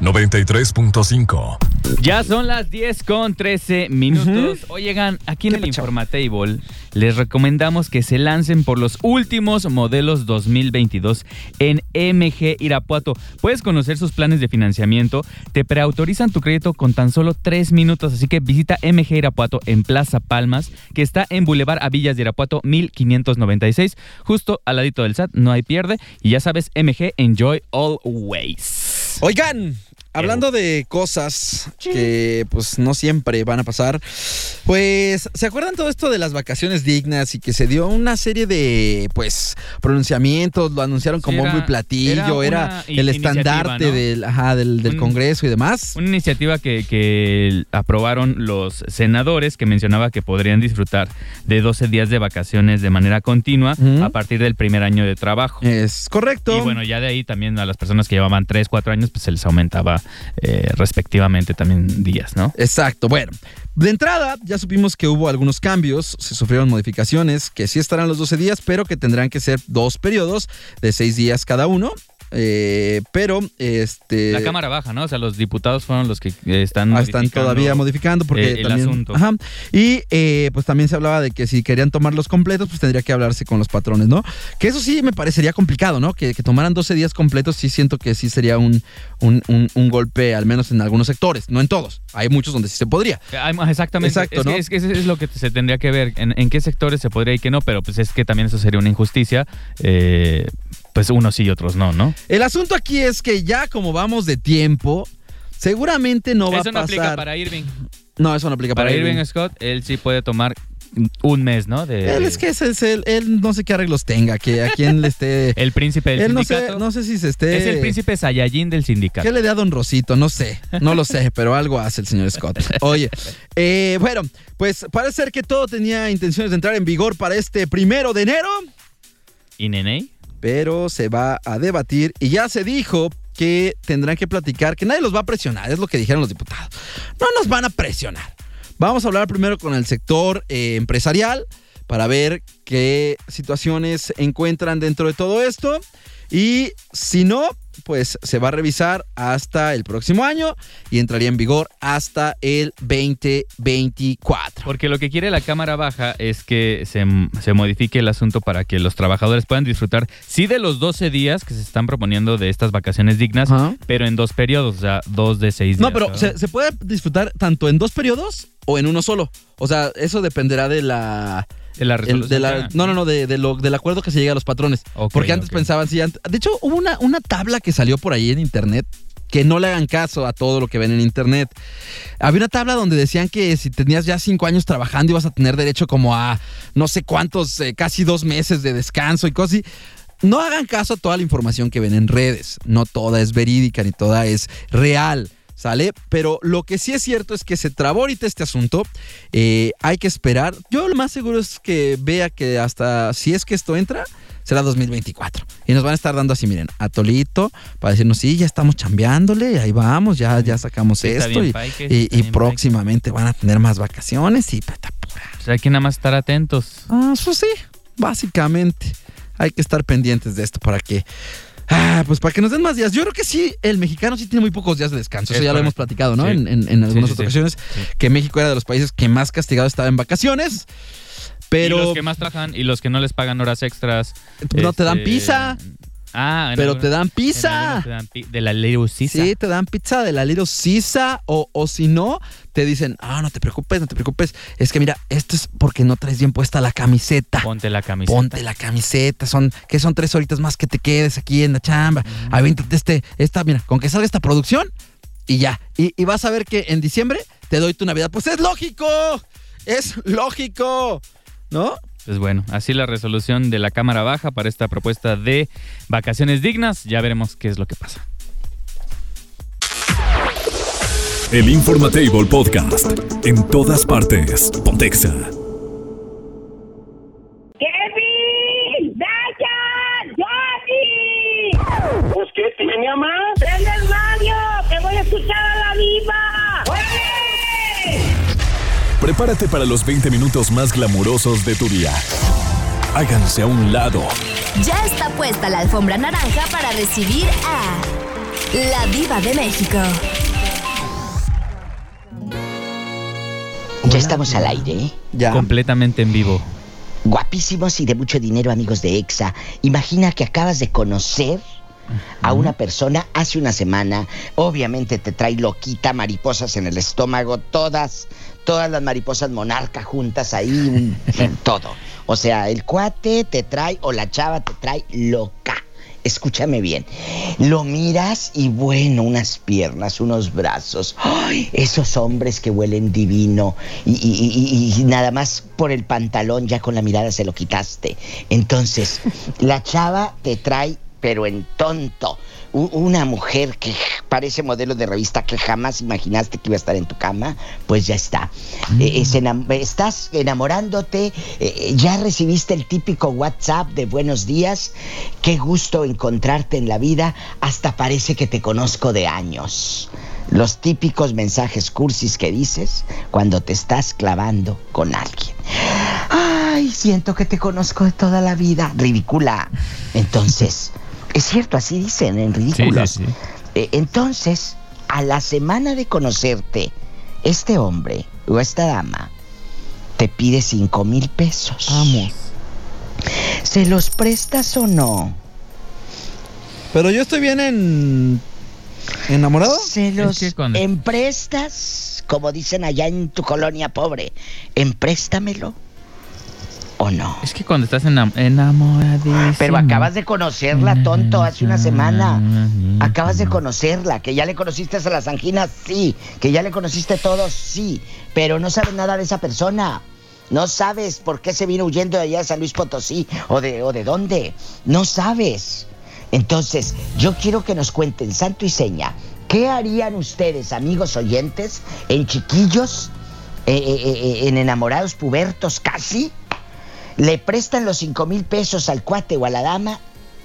Speaker 1: 93.5.
Speaker 4: Ya son las 10 con 13 minutos. Hoy llegan aquí en el Informatable. Les recomendamos que se lancen por los últimos modelos 2022 en MG Irapuato. Puedes conocer sus planes de financiamiento. Te preautorizan tu crédito con tan solo 3 minutos. Así que visita MG Irapuato en Plaza Palmas, que está en Boulevard Avillas de Irapuato 1596, justo al ladito del SAT. No hay pierde. Y ya sabes, MG Enjoy Always.
Speaker 3: Oigan, hablando de cosas que pues no siempre van a pasar, pues ¿se acuerdan todo esto de las vacaciones dignas y que se dio una serie de pues pronunciamientos, lo anunciaron
Speaker 4: Sí,
Speaker 3: como
Speaker 4: era-
Speaker 3: muy platillo,
Speaker 4: era
Speaker 3: era,
Speaker 4: una
Speaker 3: el
Speaker 4: i-
Speaker 3: estandarte
Speaker 4: iniciativa, ¿no?
Speaker 3: del, ajá, del, del
Speaker 4: Un-
Speaker 3: Congreso y demás?
Speaker 4: Una iniciativa que, que aprobaron los senadores que mencionaba que podrían disfrutar de 12 días de vacaciones de manera continua
Speaker 3: Ujú.
Speaker 4: a partir del primer año de trabajo.
Speaker 3: Es correcto.
Speaker 4: Y bueno, ya de ahí también a las personas que llevaban 3, 4 años, pues se les aumentaba eh, respectivamente también días, ¿no?
Speaker 3: Exacto. Bueno, de entrada ya supimos que hubo algunos cambios, se sufrieron modificaciones, que sí estarán los 12 días, pero que tendrán que ser dos periodos de 6 días cada uno. eh, pero este
Speaker 4: La Cámara Baja, ¿no? O sea, los diputados fueron los que eh, están.
Speaker 3: Ah, están
Speaker 4: modificando.
Speaker 3: todavía modificando porque
Speaker 4: el- el
Speaker 3: también,
Speaker 4: asunto.
Speaker 3: ajá. y eh, pues también se hablaba de que si querían tomar los completos pues tendría que hablarse con los patrones no que eso sí me parecería complicado no que, que tomaran 12 días completos sí siento que sí sería un, un, un- un golpe al menos en algunos sectores no en todos hay muchos donde sí se podría
Speaker 4: Ah, Exactamente.
Speaker 3: Exacto,
Speaker 4: es, que-
Speaker 3: ¿no?
Speaker 4: es que ese es lo que se tendría que ver, en, en qué sectores se podría y qué no, pero pues es que también eso sería una injusticia, eh, pues unos sí y otros no, ¿no?
Speaker 3: el asunto aquí es que ya como vamos de tiempo seguramente no va
Speaker 4: eso
Speaker 3: a
Speaker 4: no
Speaker 3: pasar
Speaker 4: aplica para Irving.
Speaker 3: no eso no aplica para,
Speaker 4: Para
Speaker 3: Irving.
Speaker 4: Irving Scott, él sí puede tomar un mes, ¿no? De,
Speaker 3: él es que ese es el- él no sé qué arreglos tenga que a quién le esté
Speaker 4: El príncipe del
Speaker 3: él no sé,
Speaker 4: sindicato.
Speaker 3: no sé si se esté
Speaker 4: es el príncipe Saiyajin del sindicato.
Speaker 3: ¿Qué le da a Don Rosito? No sé, no lo sé, pero algo hace el señor Scott. Oye, eh, bueno, pues parece ser que todo tenía intenciones de entrar en vigor para este primero de enero,
Speaker 4: ¿Y Nenei?
Speaker 3: pero se va a debatir y ya se dijo que tendrán que platicar, que nadie los va a presionar, es lo que dijeron los diputados. No nos van a presionar. Vamos a hablar primero con el sector eh, empresarial para ver qué situaciones encuentran dentro de todo esto. Y si no, pues se va a revisar hasta el próximo año y entraría en vigor hasta el 2024.
Speaker 4: Porque lo que quiere la Cámara Baja es que se, se modifique el asunto para que los trabajadores puedan disfrutar, sí, de los 12 días que se están proponiendo de estas vacaciones dignas,
Speaker 3: Ajá.
Speaker 4: pero en dos periodos, o sea, dos de seis días.
Speaker 3: No, pero se, se puede disfrutar tanto en dos periodos o en uno solo. O sea, eso dependerá de la...
Speaker 4: De la
Speaker 3: el- de
Speaker 4: resolución
Speaker 3: la-
Speaker 4: plena.
Speaker 3: no, no, no, de, de lo, del acuerdo que se llega a los patrones.
Speaker 4: Ok,
Speaker 3: Porque antes
Speaker 4: ok.
Speaker 3: pensaban, sí, ant- de hecho hubo una, una tabla que salió por ahí en internet, que no le hagan caso a todo lo que ven en internet. Había una tabla donde decían que si tenías ya cinco años trabajando ibas a tener derecho como a no sé cuántos, eh, casi dos meses de descanso y cosas así. No hagan caso a toda la información que ven en redes. No toda es verídica ni toda es real. ¿Sale? Pero lo que sí es cierto es que se trabó ahorita este asunto. eh, hay que esperar. Yo lo más seguro es que vea que hasta si es que esto entra, será 2024. Y nos van a estar dando así, miren, a Tolito para decirnos, sí, ya estamos chambeándole, ahí vamos, ya, ya sacamos
Speaker 4: Sí, está
Speaker 3: esto.
Speaker 4: bien,
Speaker 3: y-
Speaker 4: Paike,
Speaker 3: y
Speaker 4: está
Speaker 3: y
Speaker 4: bien,
Speaker 3: próximamente van a tener más vacaciones y pata pura.
Speaker 4: O sea, hay que nada más estar atentos.
Speaker 3: Ah, eso sí, básicamente. Hay que estar pendientes de esto para que. Ah, pues para que nos den más días. Yo creo que sí, el mexicano sí tiene muy pocos días de descanso. Eso
Speaker 4: Es
Speaker 3: ya lo hemos
Speaker 4: correcto.
Speaker 3: platicado, ¿no?
Speaker 4: Sí.
Speaker 3: En, en- en algunas
Speaker 4: sí,
Speaker 3: otras
Speaker 4: sí.
Speaker 3: ocasiones.
Speaker 4: Sí.
Speaker 3: Que México era de los países que más castigado estaba en vacaciones.
Speaker 4: Y
Speaker 3: Pero pues
Speaker 4: los que más trabajan y los que no les pagan horas extras.
Speaker 3: no te dan
Speaker 4: este,
Speaker 3: pizza.
Speaker 4: Ah, en
Speaker 3: Pero
Speaker 4: algunos-
Speaker 3: te dan
Speaker 4: en
Speaker 3: pizza.
Speaker 4: algunos te dan pi- de la leucisa.
Speaker 3: Sí, te dan pizza de la Little Sisa o, o si no, te dicen, ah, no te preocupes, no te preocupes. Es que mira, esto es porque no traes bien puesta la camiseta.
Speaker 4: Ponte la camiseta.
Speaker 3: Ponte la camiseta, son que son tres horitas más que te quedes aquí en la chamba.
Speaker 4: Mm.
Speaker 3: Avíntate este, esta, mira, con que salga esta producción y ya. Y, y vas a ver que en diciembre te doy tu Navidad. Pues es lógico, es lógico, ¿no?
Speaker 4: Pues bueno, así la resolución de la Cámara Baja para esta propuesta de vacaciones dignas. Ya veremos qué es lo que pasa.
Speaker 1: El Informatable Podcast. En todas partes. Pontexa.
Speaker 8: ¡Kevin! ¡Dayan! ¡Johnny! ¿Pues qué tiene, mamá? ¡Prende el radio! ¡Que voy a escuchar a la viva! ¡Oye!
Speaker 1: Prepárate para los 20 minutos más glamurosos de tu día. Háganse a un lado.
Speaker 5: Ya está puesta la alfombra naranja para recibir a la diva de México.
Speaker 6: Ya estamos al aire, ¿eh?
Speaker 3: Ya.
Speaker 4: Completamente en vivo.
Speaker 6: Guapísimos y de mucho dinero, amigos de EXA. Imagina que acabas de conocer a una persona hace una semana. Obviamente te trae loquita, mariposas en el estómago, todas, todas las mariposas monarca juntas ahí, un- todo. O sea, el cuate te trae o la chava te trae loca. Escúchame bien. Lo miras y bueno, unas piernas, unos brazos. ¡Ay! Esos hombres que huelen divino y, y- y- y nada más por el pantalón ya con la mirada se lo quitaste. Entonces, la chava te trae pero en tonto. U- Una mujer que j- parece modelo de revista que jamás imaginaste que iba a estar en tu cama, pues ya está. Eh, eh, se enam- estás enamorándote, eh, eh, ya recibiste el típico WhatsApp de buenos días, qué gusto encontrarte en la vida, hasta parece que te conozco de años. Los típicos mensajes cursis que dices cuando te estás clavando con alguien. Ay, siento que te conozco de toda la vida. Ridícula. Entonces, Es cierto, así dicen en ridículos.
Speaker 4: sí.
Speaker 6: Eh, entonces, a la semana de conocerte, este hombre o esta dama te pide cinco mil pesos. Vamos. ¿Se los prestas o no?
Speaker 3: Pero yo estoy bien en. ¿Enamorado?
Speaker 6: Se los
Speaker 4: ¿Eh? que cuando-
Speaker 6: emprestas, como dicen allá en tu colonia pobre, empréstamelo o no.
Speaker 4: Es que cuando estás enam- enamoradísimo.
Speaker 6: Pero acabas de conocerla, tonto, hace una semana. Acabas de conocerla, que ya le conociste a las anginas, sí. Que ya le conociste todos, sí. Pero no sabes nada de esa persona. No sabes por qué se vino huyendo de allá de San Luis Potosí o de, o de dónde. No sabes. Entonces, yo quiero que nos cuenten, santo y seña, ¿qué harían ustedes, amigos oyentes, en chiquillos, eh, eh, eh, en enamorados pubertos casi? Le prestan los 5 mil pesos al cuate o a la dama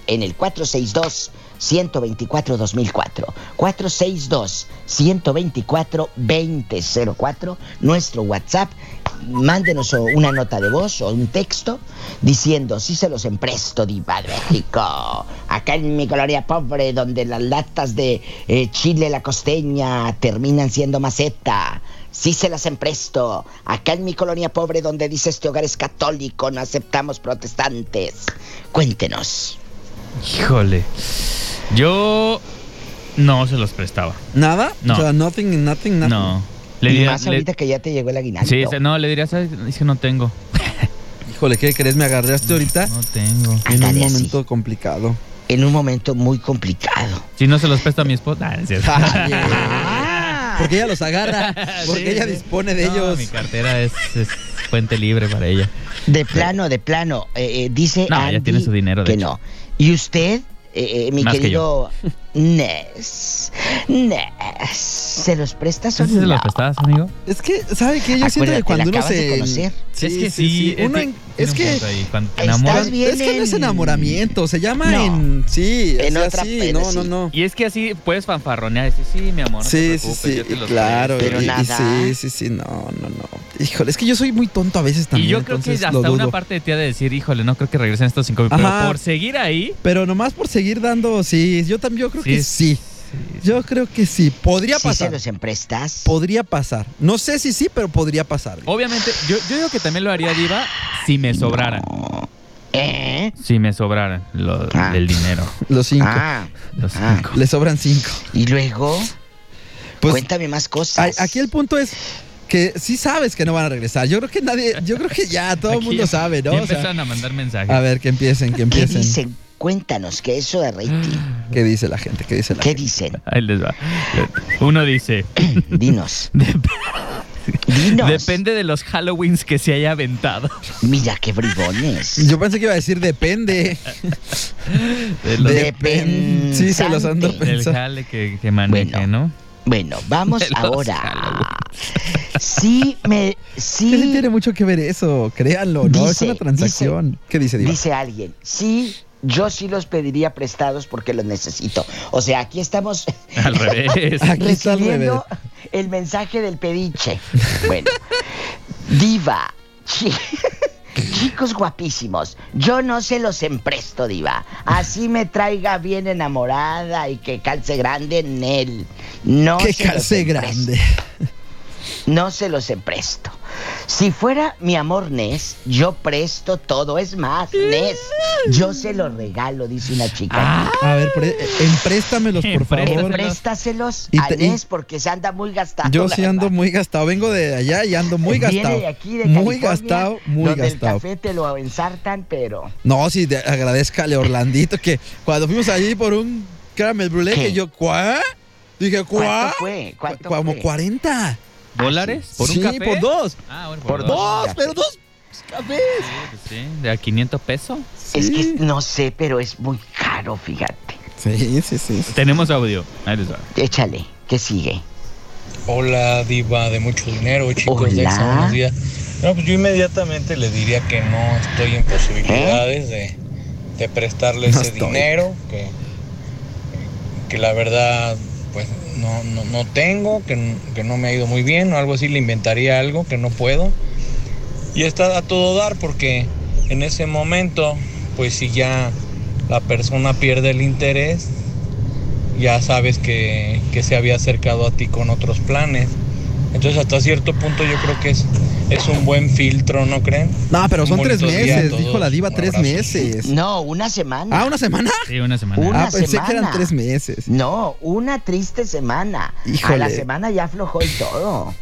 Speaker 6: en el 462-124-2004. 462-124-2004, nuestro WhatsApp. Mándenos o- una nota de voz o un texto diciendo, sí se los empresto, Diva de México. Acá en mi colonia pobre, donde las latas de eh, chile la costeña terminan siendo maceta. Sí se las empresto. Acá en mi colonia pobre donde dice este hogar es católico, no aceptamos protestantes. Cuéntenos.
Speaker 4: Híjole. Yo no se los prestaba.
Speaker 3: ¿Nada?
Speaker 4: No.
Speaker 3: O sea, nothing, nothing, nothing.
Speaker 4: No. Le
Speaker 6: Y
Speaker 4: diría-
Speaker 6: más
Speaker 4: le-
Speaker 6: ahorita que ya te llegó el aguinaldo.
Speaker 4: Sí, ese- no, le diría, ¿sabes? Es que no tengo.
Speaker 3: Híjole, ¿qué crees? Me agarraste ahorita
Speaker 4: No tengo.
Speaker 3: en un
Speaker 6: Ándale, así.
Speaker 3: momento complicado.
Speaker 6: En un momento muy complicado.
Speaker 4: Si no se los presto a mi esposa. Ah, no es cierto.
Speaker 3: eh.
Speaker 4: Ah.
Speaker 3: Porque ella los agarra, porque
Speaker 4: Sí,
Speaker 3: ella
Speaker 4: sí.
Speaker 3: dispone de
Speaker 4: No,
Speaker 3: ellos.
Speaker 4: Mi cartera es, es fuente libre para ella.
Speaker 6: De plano, de plano. Eh, eh, dice
Speaker 4: No, ya
Speaker 6: Andy
Speaker 4: tiene su dinero, de
Speaker 6: que no.
Speaker 4: hecho.
Speaker 6: Y usted, eh, eh, mi
Speaker 4: Más que
Speaker 6: querido Nes, Nes, ¿se los prestas o
Speaker 4: ¿Sí se
Speaker 6: no?
Speaker 4: los prestabas, amigo?
Speaker 3: Es que, ¿sabe qué? Yo siento
Speaker 6: Acuérdate,
Speaker 3: que
Speaker 6: Ah,
Speaker 3: cuando
Speaker 6: la
Speaker 3: uno
Speaker 6: acabas de
Speaker 3: se.
Speaker 6: conocer.
Speaker 4: es que sí.
Speaker 3: sí. Uno
Speaker 4: de-
Speaker 3: en-
Speaker 4: tiene
Speaker 3: es
Speaker 4: un
Speaker 3: que.
Speaker 4: punto ahí. Cuando te
Speaker 6: Ahí está
Speaker 4: enamoras-
Speaker 6: bien.
Speaker 3: Es que no es
Speaker 6: en-
Speaker 3: enamoramiento, se llama
Speaker 6: No.
Speaker 3: en. Sí,
Speaker 6: En
Speaker 3: o sea,
Speaker 6: otra-
Speaker 3: sí,
Speaker 6: en-
Speaker 3: no, no,
Speaker 6: sí.
Speaker 3: no.
Speaker 4: Y es que así puedes fanfarronear y decir, sí, mi amor, no
Speaker 3: sí,
Speaker 4: te
Speaker 3: sí,
Speaker 4: preocupes,
Speaker 3: sí,
Speaker 4: yo te los
Speaker 3: claro.
Speaker 4: presto.
Speaker 6: Pero
Speaker 3: y- y
Speaker 6: nada.
Speaker 3: sí, sí, sí, no, no, no. Híjole, es que yo soy muy tonto a veces también.
Speaker 4: y yo creo que
Speaker 3: entonces
Speaker 4: hasta
Speaker 3: lo
Speaker 4: una
Speaker 3: dudo.
Speaker 4: parte de ti ha de decir, híjole, no creo que regresen estos cinco mil, pero
Speaker 3: Ajá.
Speaker 4: por seguir ahí,
Speaker 3: Pero nomás por seguir dando, sí, yo también, yo creo
Speaker 4: Sí,
Speaker 3: que sí. Yo creo que sí, podría
Speaker 6: ¿Sí se
Speaker 3: pasar.
Speaker 6: los emprestas?
Speaker 3: Podría pasar. No sé si sí, pero podría pasar.
Speaker 4: obviamente, yo, yo digo que también lo haría Diva si me sobraran.
Speaker 6: ¿Eh?
Speaker 4: Si me sobraran lo,
Speaker 6: Ah.
Speaker 4: del dinero.
Speaker 3: Los cinco.
Speaker 6: Ah,
Speaker 4: Los
Speaker 6: Ah.
Speaker 4: cinco.
Speaker 3: Le sobran cinco.
Speaker 6: y luego,
Speaker 3: Pues
Speaker 6: cuéntame más
Speaker 3: ay,
Speaker 6: cosas.
Speaker 3: aquí el punto es que sí sabes que no van a regresar. Yo creo que nadie, yo creo que ya todo el
Speaker 4: Aquí
Speaker 3: mundo
Speaker 4: ya-
Speaker 3: sabe, ¿no?
Speaker 4: ya
Speaker 3: O sea,
Speaker 4: empezaron a mandar mensajes.
Speaker 3: a ver, que empiecen, que
Speaker 6: ¿Qué
Speaker 3: empiecen.
Speaker 6: dicen? Cuéntanos, que eso de rating.
Speaker 3: ¿Qué dice la gente? ¿Qué
Speaker 4: Ah.
Speaker 3: dice la
Speaker 6: ¿Qué
Speaker 3: gente?
Speaker 6: dicen?
Speaker 4: Ahí les va. Uno dice,
Speaker 6: Dinos.
Speaker 4: Dep-
Speaker 6: Dinos.
Speaker 4: depende de los Halloweens que se haya aventado.
Speaker 6: Mira qué bribones.
Speaker 3: Yo pensé que iba a decir depende.
Speaker 4: De los-
Speaker 6: De-
Speaker 3: Depen- Sí, se los
Speaker 6: Depensante.
Speaker 3: ando
Speaker 4: del
Speaker 3: pensando.
Speaker 4: jale que, que maneje,
Speaker 6: Bueno.
Speaker 4: ¿no?
Speaker 6: Bueno, vamos
Speaker 4: De los
Speaker 6: ahora. Sí, me.
Speaker 3: ¿Qué le
Speaker 6: Sí,
Speaker 3: tiene mucho que ver eso? Créanlo, ¿no? es
Speaker 6: Dice,
Speaker 3: una transacción. ¿Qué dice, Diva?
Speaker 6: dice alguien. Sí, yo sí los pediría prestados porque los necesito. O sea, aquí estamos
Speaker 4: Al revés.
Speaker 3: Aquí está al revés.
Speaker 6: recibiendo el mensaje del pediche. Bueno, diva, chi- chicos guapísimos, yo no se los empresto, diva. Así me traiga bien enamorada y que calce grande en él. No
Speaker 3: Qué
Speaker 6: se los
Speaker 3: calce
Speaker 6: empresto.
Speaker 3: grande.
Speaker 6: No se los empresto. Si fuera mi amor Nes, yo presto todo. Es más, Nes, yo se lo regalo, dice una chica.
Speaker 3: A ver, pre- empréstamelos, Ah, por favor.
Speaker 4: Empréstamelos.
Speaker 6: Préstaselos
Speaker 3: Y
Speaker 6: a
Speaker 3: te- y-
Speaker 6: Nes porque se anda muy gastado.
Speaker 3: Yo
Speaker 6: la
Speaker 3: sí ando
Speaker 6: verdad.
Speaker 3: muy gastado. Vengo de allá y ando muy
Speaker 6: Viene
Speaker 3: gastado.
Speaker 6: de aquí, de
Speaker 3: muy
Speaker 6: California,
Speaker 3: gastado, muy
Speaker 6: donde
Speaker 3: gastado.
Speaker 6: El café te lo ensartan, pero.
Speaker 3: No, sí, de- agradezcale a Orlandito que cuando fuimos allí por un caramel brûlé,
Speaker 6: ¿Qué?
Speaker 3: que yo, ¿cuá? Dije, ¿cuá?
Speaker 6: ¿Cuánto fue? ¿Cuánto
Speaker 3: Como
Speaker 6: fue?
Speaker 3: 40.
Speaker 4: ¿Dólares? ¿Por
Speaker 3: sí,
Speaker 4: un café?
Speaker 3: por dos.
Speaker 4: Ah, bueno, por,
Speaker 6: Por
Speaker 4: dos.
Speaker 3: Dos,
Speaker 6: cafés.
Speaker 3: pero dos cafés.
Speaker 4: Sí, pues sí, de a 500 pesos.
Speaker 6: Es
Speaker 3: Sí.
Speaker 6: que no sé, pero es muy caro, fíjate.
Speaker 3: Sí, sí, sí.
Speaker 4: Tenemos audio. Ahí les va.
Speaker 6: Échale, que sigue.
Speaker 9: Hola, diva de mucho dinero, chicos de
Speaker 6: Hola.
Speaker 9: Exa, buenos días. No, pues yo inmediatamente le diría que no estoy en posibilidades de, de prestarle
Speaker 3: No
Speaker 9: ese
Speaker 3: estoy.
Speaker 9: dinero, que, que la verdad, pues no, no, no tengo, que, n- que no me ha ido muy bien o algo así, le inventaría algo que no puedo. Y está a todo dar porque en ese momento, pues si ya la persona pierde el interés, ya sabes que, que se había acercado a ti con otros planes. Entonces hasta cierto punto yo creo que es, es un buen filtro, ¿no creen?
Speaker 3: No, pero
Speaker 9: Un
Speaker 3: son tres
Speaker 9: bonito día a
Speaker 3: meses,
Speaker 9: todos.
Speaker 3: dijo la diva,
Speaker 9: Un
Speaker 3: tres
Speaker 9: abrazo.
Speaker 3: meses.
Speaker 6: No, una semana.
Speaker 3: Ah, ¿una semana?
Speaker 4: Sí, una semana.
Speaker 6: Una
Speaker 3: ah, pensé
Speaker 6: semana.
Speaker 3: que eran tres meses.
Speaker 6: No, una triste semana.
Speaker 3: Híjole.
Speaker 6: A la semana ya aflojó y todo.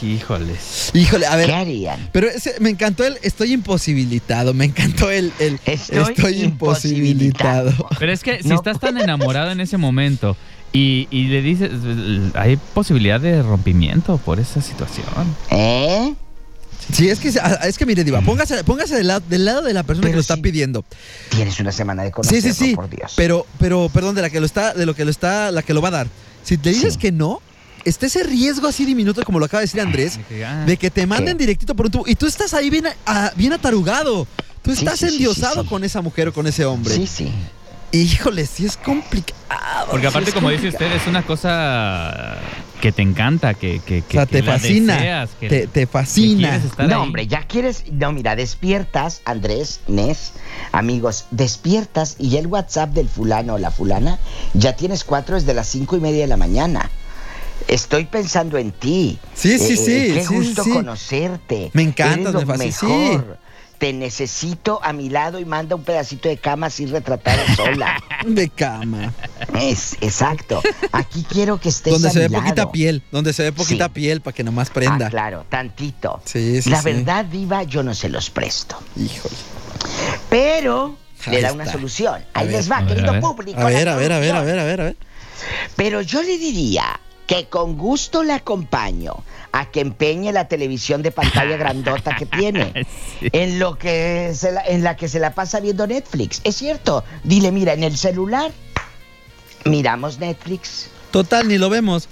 Speaker 4: Híjoles.
Speaker 3: Híjole, a ver.
Speaker 6: ¿Qué harían?
Speaker 3: Pero ese- me encantó el estoy imposibilitado, me encantó el, el
Speaker 6: Estoy imposibilitado.
Speaker 4: Pero es que si
Speaker 6: No.
Speaker 4: estás tan enamorado en ese momento y, y le dices, hay posibilidad de rompimiento por esa situación.
Speaker 6: ¿Eh?
Speaker 3: Sí, es que, es que mire, Diva, póngase, póngase del, lado, del lado de la persona
Speaker 6: Pero
Speaker 3: que lo está
Speaker 6: sí.
Speaker 3: pidiendo.
Speaker 6: Tienes una semana de
Speaker 3: Sí,
Speaker 6: conocerlo,
Speaker 3: sí, sí.
Speaker 6: por Dios.
Speaker 3: Pero, pero, perdón, de la que lo está, de lo que lo está, la que lo va a dar. Si te dices
Speaker 6: Sí.
Speaker 3: que no, está ese riesgo así diminuto, como lo acaba de decir Andrés,
Speaker 4: De que, ah,
Speaker 3: de que te manden directito por un tubo. Y tú estás ahí bien, a- bien atarugado. Tú
Speaker 6: Sí,
Speaker 3: estás
Speaker 6: sí, sí,
Speaker 3: endiosado
Speaker 6: sí, sí.
Speaker 3: con esa mujer o con ese hombre.
Speaker 6: Sí, sí.
Speaker 3: Híjole, sí es complicado.
Speaker 4: Porque
Speaker 3: sí
Speaker 4: aparte,
Speaker 3: es
Speaker 4: como dice
Speaker 3: complicado.
Speaker 4: usted, es una cosa que te encanta, que, que,
Speaker 3: O sea,
Speaker 4: que- que
Speaker 3: te
Speaker 4: la
Speaker 3: fascina.
Speaker 4: deseas, que-
Speaker 3: te, te
Speaker 4: que
Speaker 3: fascina.
Speaker 4: quieres estar
Speaker 6: no,
Speaker 4: ahí.
Speaker 6: hombre, ya quieres. No, mira, despiertas, Andrés, Nes, amigos, despiertas y el WhatsApp del fulano o la fulana ya tienes cuatro desde las cinco y media de la mañana. Estoy pensando en ti. Eh,
Speaker 3: Sí, sí, sí,
Speaker 6: Qué
Speaker 3: sí,
Speaker 6: gusto
Speaker 3: sí.
Speaker 6: conocerte.
Speaker 3: Me
Speaker 6: Eres
Speaker 3: encantas,
Speaker 6: lo
Speaker 3: me fascina, sí.
Speaker 6: mejor. Te necesito a mi lado y manda un pedacito de cama así retratada sola.
Speaker 3: De cama.
Speaker 6: es, exacto. Aquí quiero que estés
Speaker 3: Donde
Speaker 6: a
Speaker 3: se
Speaker 6: mi
Speaker 3: ve poquita
Speaker 6: lado.
Speaker 3: piel. Donde se ve poquita
Speaker 6: Sí.
Speaker 3: piel para que nomás prenda.
Speaker 6: Ah, claro, tantito.
Speaker 3: Sí, sí,
Speaker 6: La
Speaker 3: sí.
Speaker 6: verdad, Diva, yo no se los presto.
Speaker 3: Híjole.
Speaker 6: Pero
Speaker 3: Ahí
Speaker 6: le da una
Speaker 3: está.
Speaker 6: solución. Ahí
Speaker 3: ver,
Speaker 6: les va,
Speaker 4: a ver,
Speaker 6: querido
Speaker 4: a ver.
Speaker 6: público.
Speaker 3: A
Speaker 6: la
Speaker 3: ver, a ver, a ver, a ver,
Speaker 6: solución.
Speaker 3: a ver, a ver.
Speaker 6: Pero yo le diría que con gusto le acompaño a que empeñe la televisión de pantalla grandota que tiene.
Speaker 4: Sí.
Speaker 6: En lo que se la, en la que se la pasa viendo Netflix. Es cierto. Dile, mira, en el celular miramos Netflix.
Speaker 3: Total, ni lo vemos.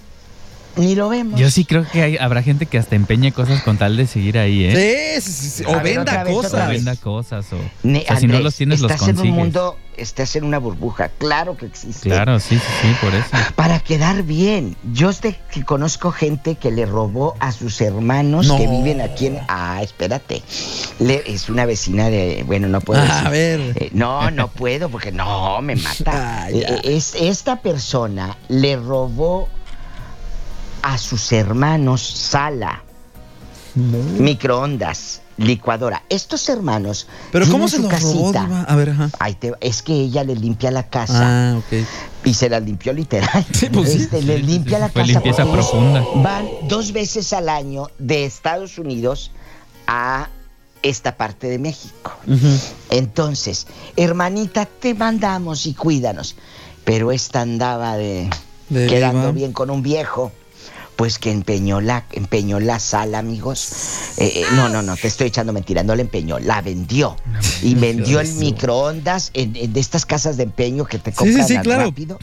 Speaker 6: Ni lo vemos.
Speaker 4: Yo sí creo que hay- habrá gente que hasta empeñe cosas con tal de seguir ahí, ¿eh?
Speaker 3: Sí, sí, sí, sí. O
Speaker 6: A ver,
Speaker 3: venda
Speaker 6: otra vez,
Speaker 4: O
Speaker 3: cosas.
Speaker 4: venda cosas o,
Speaker 6: Ne-
Speaker 4: o sea, si no
Speaker 6: Andrés,
Speaker 4: los tienes los
Speaker 6: estás en
Speaker 4: consigues.
Speaker 6: un mundo, estás en una burbuja. Claro que existe.
Speaker 4: Claro, sí, sí, sí, por eso.
Speaker 6: Para quedar bien. Yo sé que conozco gente que le robó a sus hermanos
Speaker 3: No.
Speaker 6: que viven aquí en. Ah, espérate. Le- es una vecina de. Bueno, no puedo.
Speaker 3: Ah, A
Speaker 6: decir.
Speaker 3: ver.
Speaker 6: Eh, no, no puedo porque no, me mata.
Speaker 3: Ah, ya.
Speaker 6: Eh, es, esta persona le robó a sus hermanos sala, microondas, licuadora. Estos hermanos.
Speaker 3: Pero ¿cómo
Speaker 6: tienen
Speaker 3: se
Speaker 6: su
Speaker 3: los robó,
Speaker 6: casita.
Speaker 3: Diva? A ver, ajá.
Speaker 6: Ahí te- es que ella le limpia la casa
Speaker 3: Ah, ok.
Speaker 6: y se la limpió literal.
Speaker 3: Sí, pues sí.
Speaker 6: Este, le
Speaker 4: Sí, sí,
Speaker 6: limpia
Speaker 4: sí,
Speaker 6: la
Speaker 4: fue
Speaker 6: casa.
Speaker 4: limpieza
Speaker 6: porque ellos
Speaker 4: profunda.
Speaker 6: Van dos veces al año de Estados Unidos a esta parte de México. Entonces, hermanita, te mandamos y cuídanos. Pero esta andaba de,
Speaker 3: De
Speaker 6: quedando
Speaker 3: diva.
Speaker 6: bien con un viejo. Pues que empeñó la, empeñó la sala, amigos. Eh, eh, no, no, no, te estoy echando mentira, no la empeñó, la vendió. Y vendió el microondas en, en de estas casas de empeño que te
Speaker 3: Sí,
Speaker 6: compran
Speaker 3: sí, sí,
Speaker 6: al
Speaker 3: claro.
Speaker 6: rápido.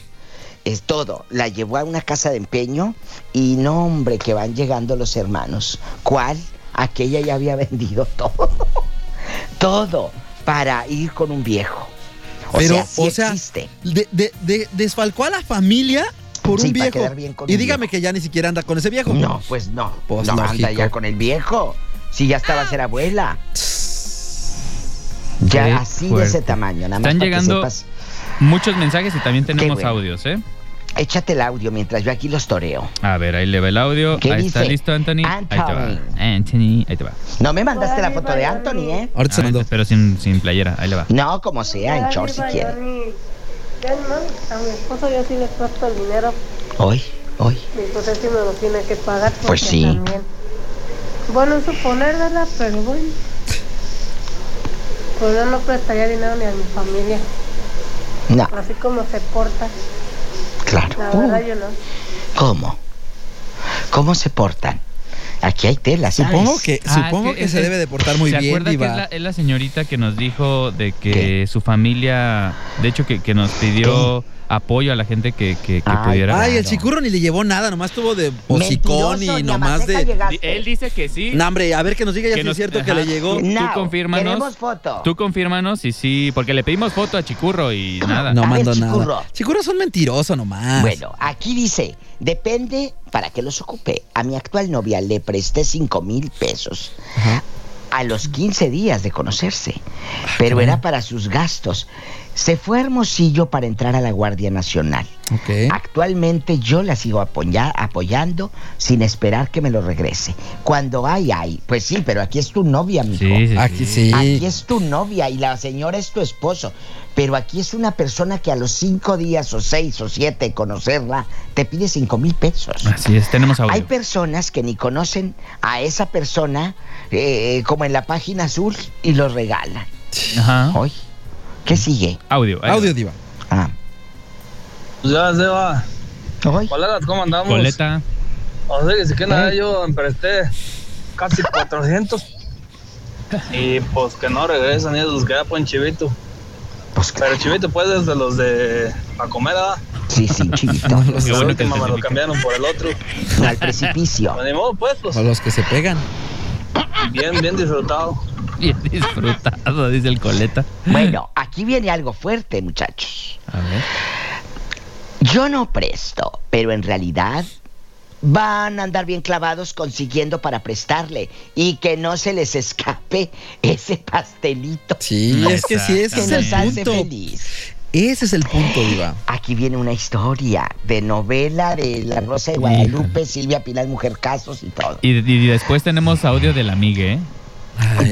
Speaker 6: Es todo. La llevó a una casa de empeño y no, hombre, que van llegando los hermanos. ¿Cuál? Aquella ya había vendido todo. todo para ir con un viejo. O
Speaker 3: Pero,
Speaker 6: sea, sí
Speaker 3: o sea,
Speaker 6: existe.
Speaker 3: de- de- de- desfalcó a la familia por
Speaker 6: Sí,
Speaker 3: un
Speaker 6: para
Speaker 3: viejo.
Speaker 6: quedar bien con
Speaker 3: y
Speaker 6: un
Speaker 3: dígame
Speaker 6: viejo.
Speaker 3: que ya ni siquiera anda con ese viejo.
Speaker 6: No, pues no.
Speaker 3: Pues
Speaker 6: no anda
Speaker 3: lógico.
Speaker 6: ya con el viejo. Si ya
Speaker 10: Ah.
Speaker 6: estaba a ser abuela. Ya
Speaker 4: Qué
Speaker 6: así
Speaker 4: fuerte.
Speaker 6: de ese tamaño, nada más
Speaker 4: Están
Speaker 6: para
Speaker 4: llegando-
Speaker 6: que sepas.
Speaker 4: Muchos mensajes y también tenemos
Speaker 6: bueno.
Speaker 4: audios, ¿eh?
Speaker 6: Échate el audio mientras yo aquí los toreo.
Speaker 4: A ver, ahí le va el audio.
Speaker 6: ¿Qué
Speaker 4: ahí está
Speaker 6: dice?
Speaker 4: listo, Anthony. Ahí te
Speaker 6: Anthony.
Speaker 4: va. Anthony, ahí te va.
Speaker 6: No me mandaste la foto de Anthony, ¿eh?
Speaker 3: Ahorita se
Speaker 4: Ah,
Speaker 3: mandó.
Speaker 4: Pero sin, sin playera, ahí le va.
Speaker 6: No, como sea, en short si quiere.
Speaker 10: A mi esposo yo sí le presto el dinero,
Speaker 6: Hoy, hoy.
Speaker 10: mi esposo sí me lo tiene que pagar.
Speaker 6: Pues
Speaker 10: porque
Speaker 6: sí.
Speaker 10: También. Bueno, es suponer, ¿verdad? Pero bueno. Pues yo no prestaría dinero ni a mi familia,
Speaker 6: No,
Speaker 10: así como se porta.
Speaker 6: claro. Uh,
Speaker 10: La verdad yo no.
Speaker 6: ¿Cómo? ¿Cómo se portan? Aquí hay tela, ¿sabes?
Speaker 3: Supongo que,
Speaker 4: Ah,
Speaker 3: Eh, supongo
Speaker 4: es
Speaker 3: que,
Speaker 4: es-
Speaker 3: se
Speaker 4: es-
Speaker 3: debe de portar muy
Speaker 4: ¿se
Speaker 3: bien,
Speaker 4: acuerda que
Speaker 3: Diva.
Speaker 4: es la, es la señorita que nos dijo de que
Speaker 6: ¿Qué?
Speaker 4: su familia, de hecho, que, que nos pidió apoyo a la gente que, que- que
Speaker 6: Ay,
Speaker 4: pudiera.
Speaker 3: Ay, el
Speaker 6: Claro.
Speaker 3: chicurro ni le llevó nada, nomás tuvo de hocicón
Speaker 6: Mentiroso,
Speaker 3: y
Speaker 6: ni a
Speaker 3: nomás
Speaker 6: Maseca
Speaker 3: de.
Speaker 6: llegaste.
Speaker 4: Él dice que sí.
Speaker 3: No, hombre, a ver que nos diga ya si
Speaker 4: Que
Speaker 3: es
Speaker 4: nos-
Speaker 3: cierto que
Speaker 4: ajá.
Speaker 3: le llegó.
Speaker 4: Tú
Speaker 6: No,
Speaker 4: confírmanos.
Speaker 6: Queremos foto.
Speaker 4: Tú confírmanos y sí, porque le pedimos foto a Chicurro y nada.
Speaker 3: No
Speaker 6: A ver,
Speaker 3: mandó
Speaker 6: chicurro.
Speaker 3: nada. Chicurro es un mentiroso nomás.
Speaker 6: Bueno, aquí dice, depende para que los ocupe. A mi actual novia le presté cinco mil pesos. a los 15 días de conocerse, pero era para sus gastos. Se fue a Hermosillo para entrar a la Guardia Nacional. Actualmente yo la sigo apoya- apoyando sin esperar que me lo regrese. Cuando hay, hay. Pues sí, pero aquí es tu novia, mi
Speaker 3: sí, Aquí sí.
Speaker 6: Aquí es tu novia y la señora es tu esposo. Pero aquí es una persona que a los cinco días o seis o siete de conocerla te pide cinco mil pesos.
Speaker 4: Así es, tenemos
Speaker 6: Hay
Speaker 4: audio.
Speaker 6: personas que ni conocen a esa persona eh, como en la página azul y los regalan.
Speaker 4: Ajá.
Speaker 6: Hoy. ¿Qué sigue?
Speaker 4: Audio. ahí va.
Speaker 3: Audio Diva.
Speaker 6: Ah.
Speaker 11: Pues ya, Seba.
Speaker 6: Ay.
Speaker 11: Hola, ¿cómo andamos?
Speaker 4: Coleta.
Speaker 11: O sea, que si que
Speaker 4: ¿Eh?
Speaker 11: nada, yo empresté casi 400. Y pues que no regresan, ellos los queda en chivito. Pero chivito, pues, es de los de pa' comer, ¿ah?
Speaker 6: Sí, sí, chiquito.
Speaker 4: Qué
Speaker 11: La
Speaker 4: bueno que
Speaker 11: última me lo
Speaker 4: especifica.
Speaker 11: cambiaron por el otro.
Speaker 6: Al precipicio.
Speaker 11: Pues, ni modo, pues, pues,
Speaker 3: A los que se pegan.
Speaker 11: bien, bien disfrutado.
Speaker 4: Bien disfrutado, dice el coleta.
Speaker 6: Bueno, aquí viene algo fuerte, muchachos.
Speaker 4: A ver.
Speaker 6: Yo no presto, pero en realidad van a andar bien clavados consiguiendo para prestarle y que no se les escape ese pastelito
Speaker 3: Sí, es que sí, ese
Speaker 6: que
Speaker 3: es
Speaker 6: nos hace
Speaker 3: el punto.
Speaker 6: feliz.
Speaker 3: Ese es el punto, Diva.
Speaker 6: Aquí viene una historia de novela de La Rosa de Guadalupe, Silvia Pilar, Mujer Casos y todo.
Speaker 4: Y, y después tenemos audio de la migue, ¿eh?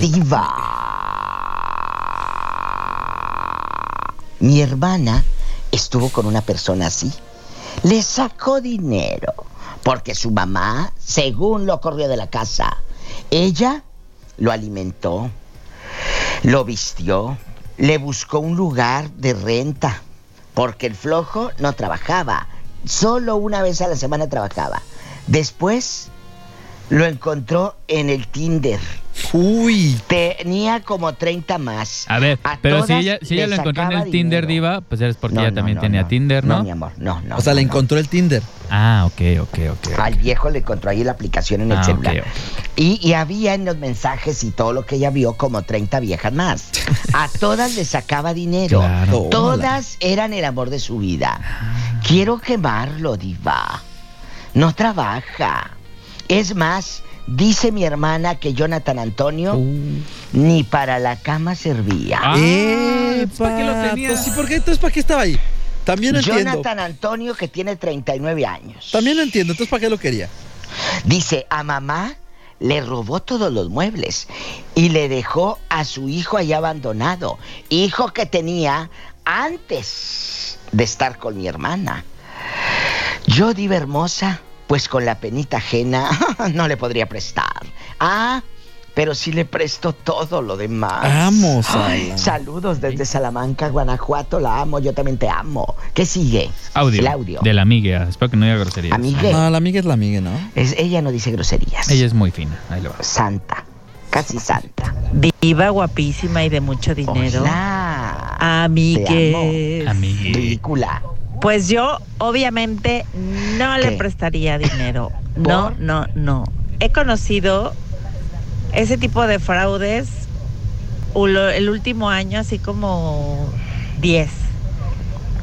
Speaker 6: Diva. Mi hermana estuvo con una persona así. Le sacó dinero porque su mamá, según lo corrió de la casa, ella lo alimentó, lo vistió, le buscó un lugar de renta porque el flojo no trabajaba. Solo una vez a la semana trabajaba. Después lo encontró en el Tinder.
Speaker 3: Uy.
Speaker 6: Tenía como 30 más.
Speaker 4: A ver, pero si
Speaker 6: todas
Speaker 4: ella, si ella lo
Speaker 6: les
Speaker 4: encontró en
Speaker 6: sacaba
Speaker 4: el Tinder
Speaker 6: dinero.
Speaker 4: Diva, pues es porque
Speaker 6: No,
Speaker 4: ella
Speaker 6: no,
Speaker 4: también
Speaker 6: no,
Speaker 4: tenía
Speaker 6: no.
Speaker 4: Tinder, ¿no?
Speaker 6: No, mi amor, no, no.
Speaker 3: O sea,
Speaker 6: no,
Speaker 3: le
Speaker 6: no.
Speaker 3: encontró el Tinder.
Speaker 4: Ah, ok, ok, ok.
Speaker 6: Al viejo le encontró ahí la aplicación en el
Speaker 4: Ah,
Speaker 6: celular.
Speaker 4: ok,
Speaker 6: Y, y había en los mensajes y todo lo que ella vio como 30 viejas más. A todas le sacaba dinero.
Speaker 4: Claro.
Speaker 6: Todas eran el amor de su vida. Quiero quemarlo, diva. No trabaja. Es más, dice mi hermana que Jonathan Antonio ni para la cama servía.
Speaker 4: Ah, pues,
Speaker 3: ¡Epa!
Speaker 4: ¿para qué lo tenía?
Speaker 3: Pues sí, ¿por qué? Entonces, ¿para qué estaba ahí? También lo entiendo.
Speaker 6: Jonathan Antonio, que tiene 39 años.
Speaker 3: También lo entiendo. Entonces, ¿para qué lo quería?
Speaker 6: Dice, a mamá le robó todos los muebles y le dejó a su hijo ahí abandonado. Hijo que tenía antes de estar con mi hermana. Yo diva hermosa, pues con la penita ajena no le podría prestar. Ah, pero sí le presto todo lo demás.
Speaker 3: Vamos,
Speaker 6: Ay,
Speaker 3: Alan.
Speaker 6: saludos desde Salamanca, Guanajuato. La amo, yo también te amo. ¿Qué sigue?
Speaker 4: Audio.
Speaker 6: El audio.
Speaker 4: De la migue, espero que no diga groserías.
Speaker 6: Amigue.
Speaker 3: No, la amiga es la amiga, ¿no?
Speaker 6: Es- ella no dice groserías.
Speaker 4: Ella es muy fina, ahí le va.
Speaker 6: santa, casi santa.
Speaker 12: Diva guapísima y de mucho dinero.
Speaker 6: Hola.
Speaker 12: A mí que.
Speaker 4: Amigue.
Speaker 6: Ridícula.
Speaker 12: Pues yo, obviamente, no
Speaker 6: ¿Qué?
Speaker 12: le prestaría dinero. No,
Speaker 6: ¿Por?
Speaker 12: no, no. He conocido ese tipo de fraudes u- lo- el último año, así como 10.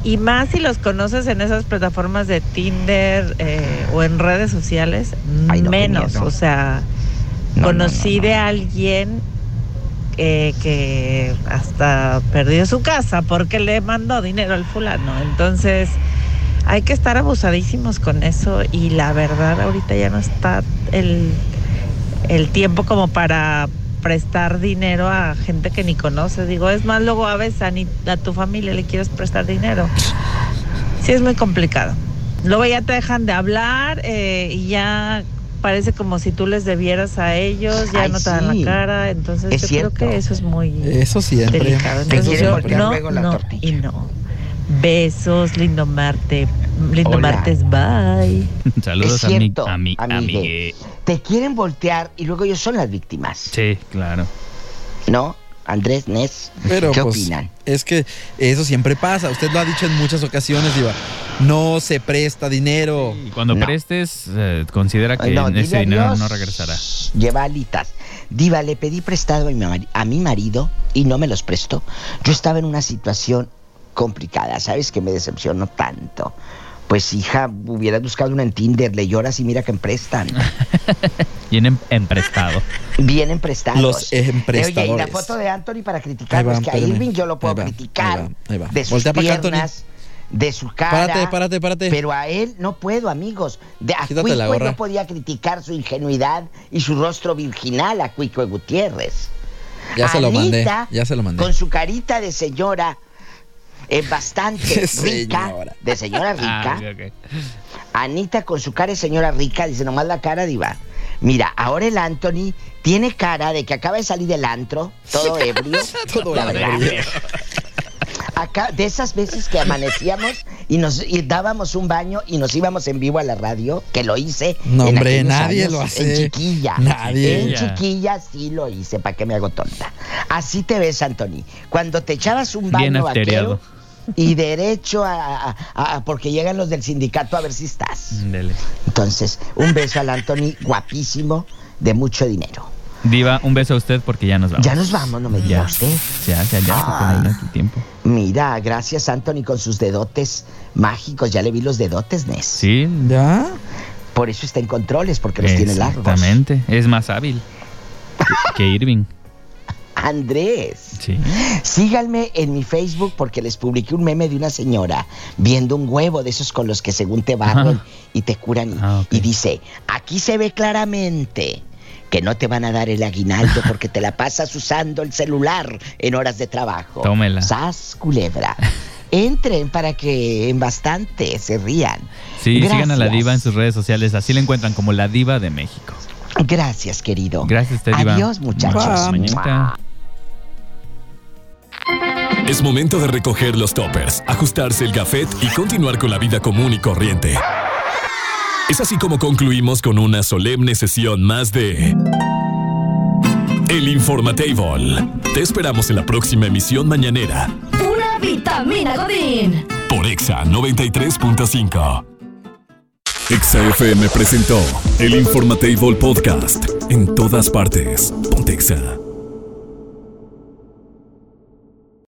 Speaker 12: Y más si los conoces en esas plataformas de Tinder eh, o en redes sociales,
Speaker 6: Ay, no, qué
Speaker 12: menos.
Speaker 6: miedo.
Speaker 12: O sea,
Speaker 6: No, no,
Speaker 12: conocí
Speaker 6: no, no.
Speaker 12: de alguien eh, que hasta perdió su casa porque le mandó dinero al fulano. Entonces, hay que estar abusadísimos con eso y la verdad ahorita ya no está el, el tiempo como para prestar dinero a gente que ni conoces. Digo, es más, luego a veces a, ni- a tu familia le quieres prestar dinero. Sí, es muy complicado. Luego ya te dejan de hablar eh, y ya parece como si tú les debieras a ellos, ya
Speaker 6: Ay,
Speaker 12: no te dan
Speaker 6: sí.
Speaker 12: la cara. Entonces
Speaker 6: Es
Speaker 12: yo creo
Speaker 6: cierto.
Speaker 12: que eso es muy
Speaker 3: Eso siempre.
Speaker 12: delicado.
Speaker 6: Te
Speaker 12: Entonces
Speaker 6: quieren
Speaker 12: yo,
Speaker 6: voltear
Speaker 12: no,
Speaker 6: luego la
Speaker 12: no
Speaker 6: tortilla.
Speaker 12: y no. Besos, lindo martes. Lindo
Speaker 6: Hola.
Speaker 12: martes, bye.
Speaker 4: Saludos
Speaker 6: es
Speaker 4: a mi,
Speaker 6: cierto,
Speaker 4: a mi
Speaker 6: amigue.
Speaker 4: amigue.
Speaker 6: Te quieren voltear y luego ellos son las víctimas.
Speaker 4: Sí, claro.
Speaker 6: ¿No? Andrés, Nes,
Speaker 3: Pero,
Speaker 6: ¿qué
Speaker 3: pues,
Speaker 6: opinan?
Speaker 3: Es que eso siempre pasa. Usted lo ha dicho en muchas ocasiones, Diva. No se presta dinero.
Speaker 4: Y cuando
Speaker 6: No.
Speaker 4: prestes, eh, considera que
Speaker 6: Ay, no,
Speaker 4: ese
Speaker 6: dile
Speaker 4: dinero
Speaker 6: adiós.
Speaker 4: no regresará.
Speaker 6: Lleva alitas. Diva, le pedí prestado a mi, mari- a mi marido y no me los prestó. Yo estaba en una situación complicada, ¿sabes? Que me decepcionó tanto. Pues hija, hubieras buscado una en Tinder, le lloras y mira que prestan.
Speaker 4: Vienen em- emprestado.
Speaker 6: Vienen prestados.
Speaker 3: Los
Speaker 6: Oye, y la
Speaker 3: emprestadores.
Speaker 6: foto de Anthony para
Speaker 3: Ahí
Speaker 6: criticarlo
Speaker 3: van,
Speaker 6: es que a
Speaker 3: espérame.
Speaker 6: Irving yo lo puedo
Speaker 3: Ahí va,
Speaker 6: criticar
Speaker 3: ahí va, ahí va.
Speaker 6: de sus
Speaker 3: Voltea para acá,
Speaker 6: piernas, de su cara.
Speaker 3: Párate, párate,
Speaker 6: Pero a él no puedo, amigos. De, a
Speaker 3: Quítate la
Speaker 6: Cuico
Speaker 3: gorra.
Speaker 6: no podía criticar su ingenuidad y su rostro virginal a Cuico Gutiérrez.
Speaker 3: Ya se lo mandé,
Speaker 6: Anita,
Speaker 3: ya se lo mandé.
Speaker 6: Con su carita de señora eh, bastante
Speaker 3: De
Speaker 6: rica,
Speaker 3: señora.
Speaker 6: de señora rica.
Speaker 4: Ah,
Speaker 6: Anita con su cara de señora rica, dice nomás la cara diva. Mira, ahora el Anthony tiene cara de que acaba de salir del antro, todo ebrio.
Speaker 3: Todo
Speaker 6: la
Speaker 3: ebrio.
Speaker 6: verdad. Acá, de esas veces que amanecíamos y nos y dábamos un baño y nos íbamos en vivo a la radio, que lo hice.
Speaker 3: No,
Speaker 6: en
Speaker 3: hombre,
Speaker 6: aquellos
Speaker 3: nadie
Speaker 6: años,
Speaker 3: lo
Speaker 6: En
Speaker 3: hace.
Speaker 6: chiquilla.
Speaker 3: Nadie.
Speaker 6: En chiquilla sí lo hice, ¿para qué me hago tonta? Así te ves, Anthony. Cuando te echabas un
Speaker 4: Bien
Speaker 6: baño vaquero,
Speaker 4: aftereado.
Speaker 6: y derecho a, a- a- a- porque llegan los del sindicato a ver si estás. Entonces, un beso al Anthony, guapísimo, de mucho dinero.
Speaker 4: Diva, un beso a usted porque ya nos vamos.
Speaker 6: Ya nos vamos, no me Ah. diga
Speaker 4: Ya,
Speaker 6: usted.
Speaker 4: ya, ya, ya, porque no
Speaker 6: Ay.
Speaker 4: hay aquí tiempo.
Speaker 6: Mira, gracias Anthony con sus dedotes mágicos. Ya le vi los dedotes, Nes.
Speaker 4: Sí.
Speaker 3: ¿Ya?
Speaker 6: Por eso está en controles, porque los tiene largos.
Speaker 4: Exactamente. Es más hábil que Irving.
Speaker 6: Andrés.
Speaker 4: Sí.
Speaker 6: Síganme en mi Facebook porque les publiqué un meme de una señora viendo un huevo de esos con los que según te barren y te curan. y-
Speaker 4: Ah,
Speaker 6: Y dice, aquí se ve claramente que no te van a dar el aguinaldo porque te la pasas usando el celular en horas de trabajo.
Speaker 4: Tómela.
Speaker 6: Sas culebra. Entren para que en bastante se rían.
Speaker 4: Sí, sigan a la
Speaker 6: Gracias.
Speaker 4: diva en sus redes sociales. Así la encuentran como la diva de México.
Speaker 6: Gracias, querido.
Speaker 4: Gracias, a usted, diva.
Speaker 6: Adiós, muchachos.
Speaker 4: Hasta mañanita.
Speaker 1: Es momento de recoger los toppers, ajustarse el gafet y continuar con la vida común y corriente. Es así como concluimos con una solemne sesión más de El Informatable. Te esperamos en la próxima emisión mañanera
Speaker 5: Una vitamina Godín.
Speaker 1: por Exa 93.5. Exa FM presentó El Informatable Podcast. En todas partes. Pontexa.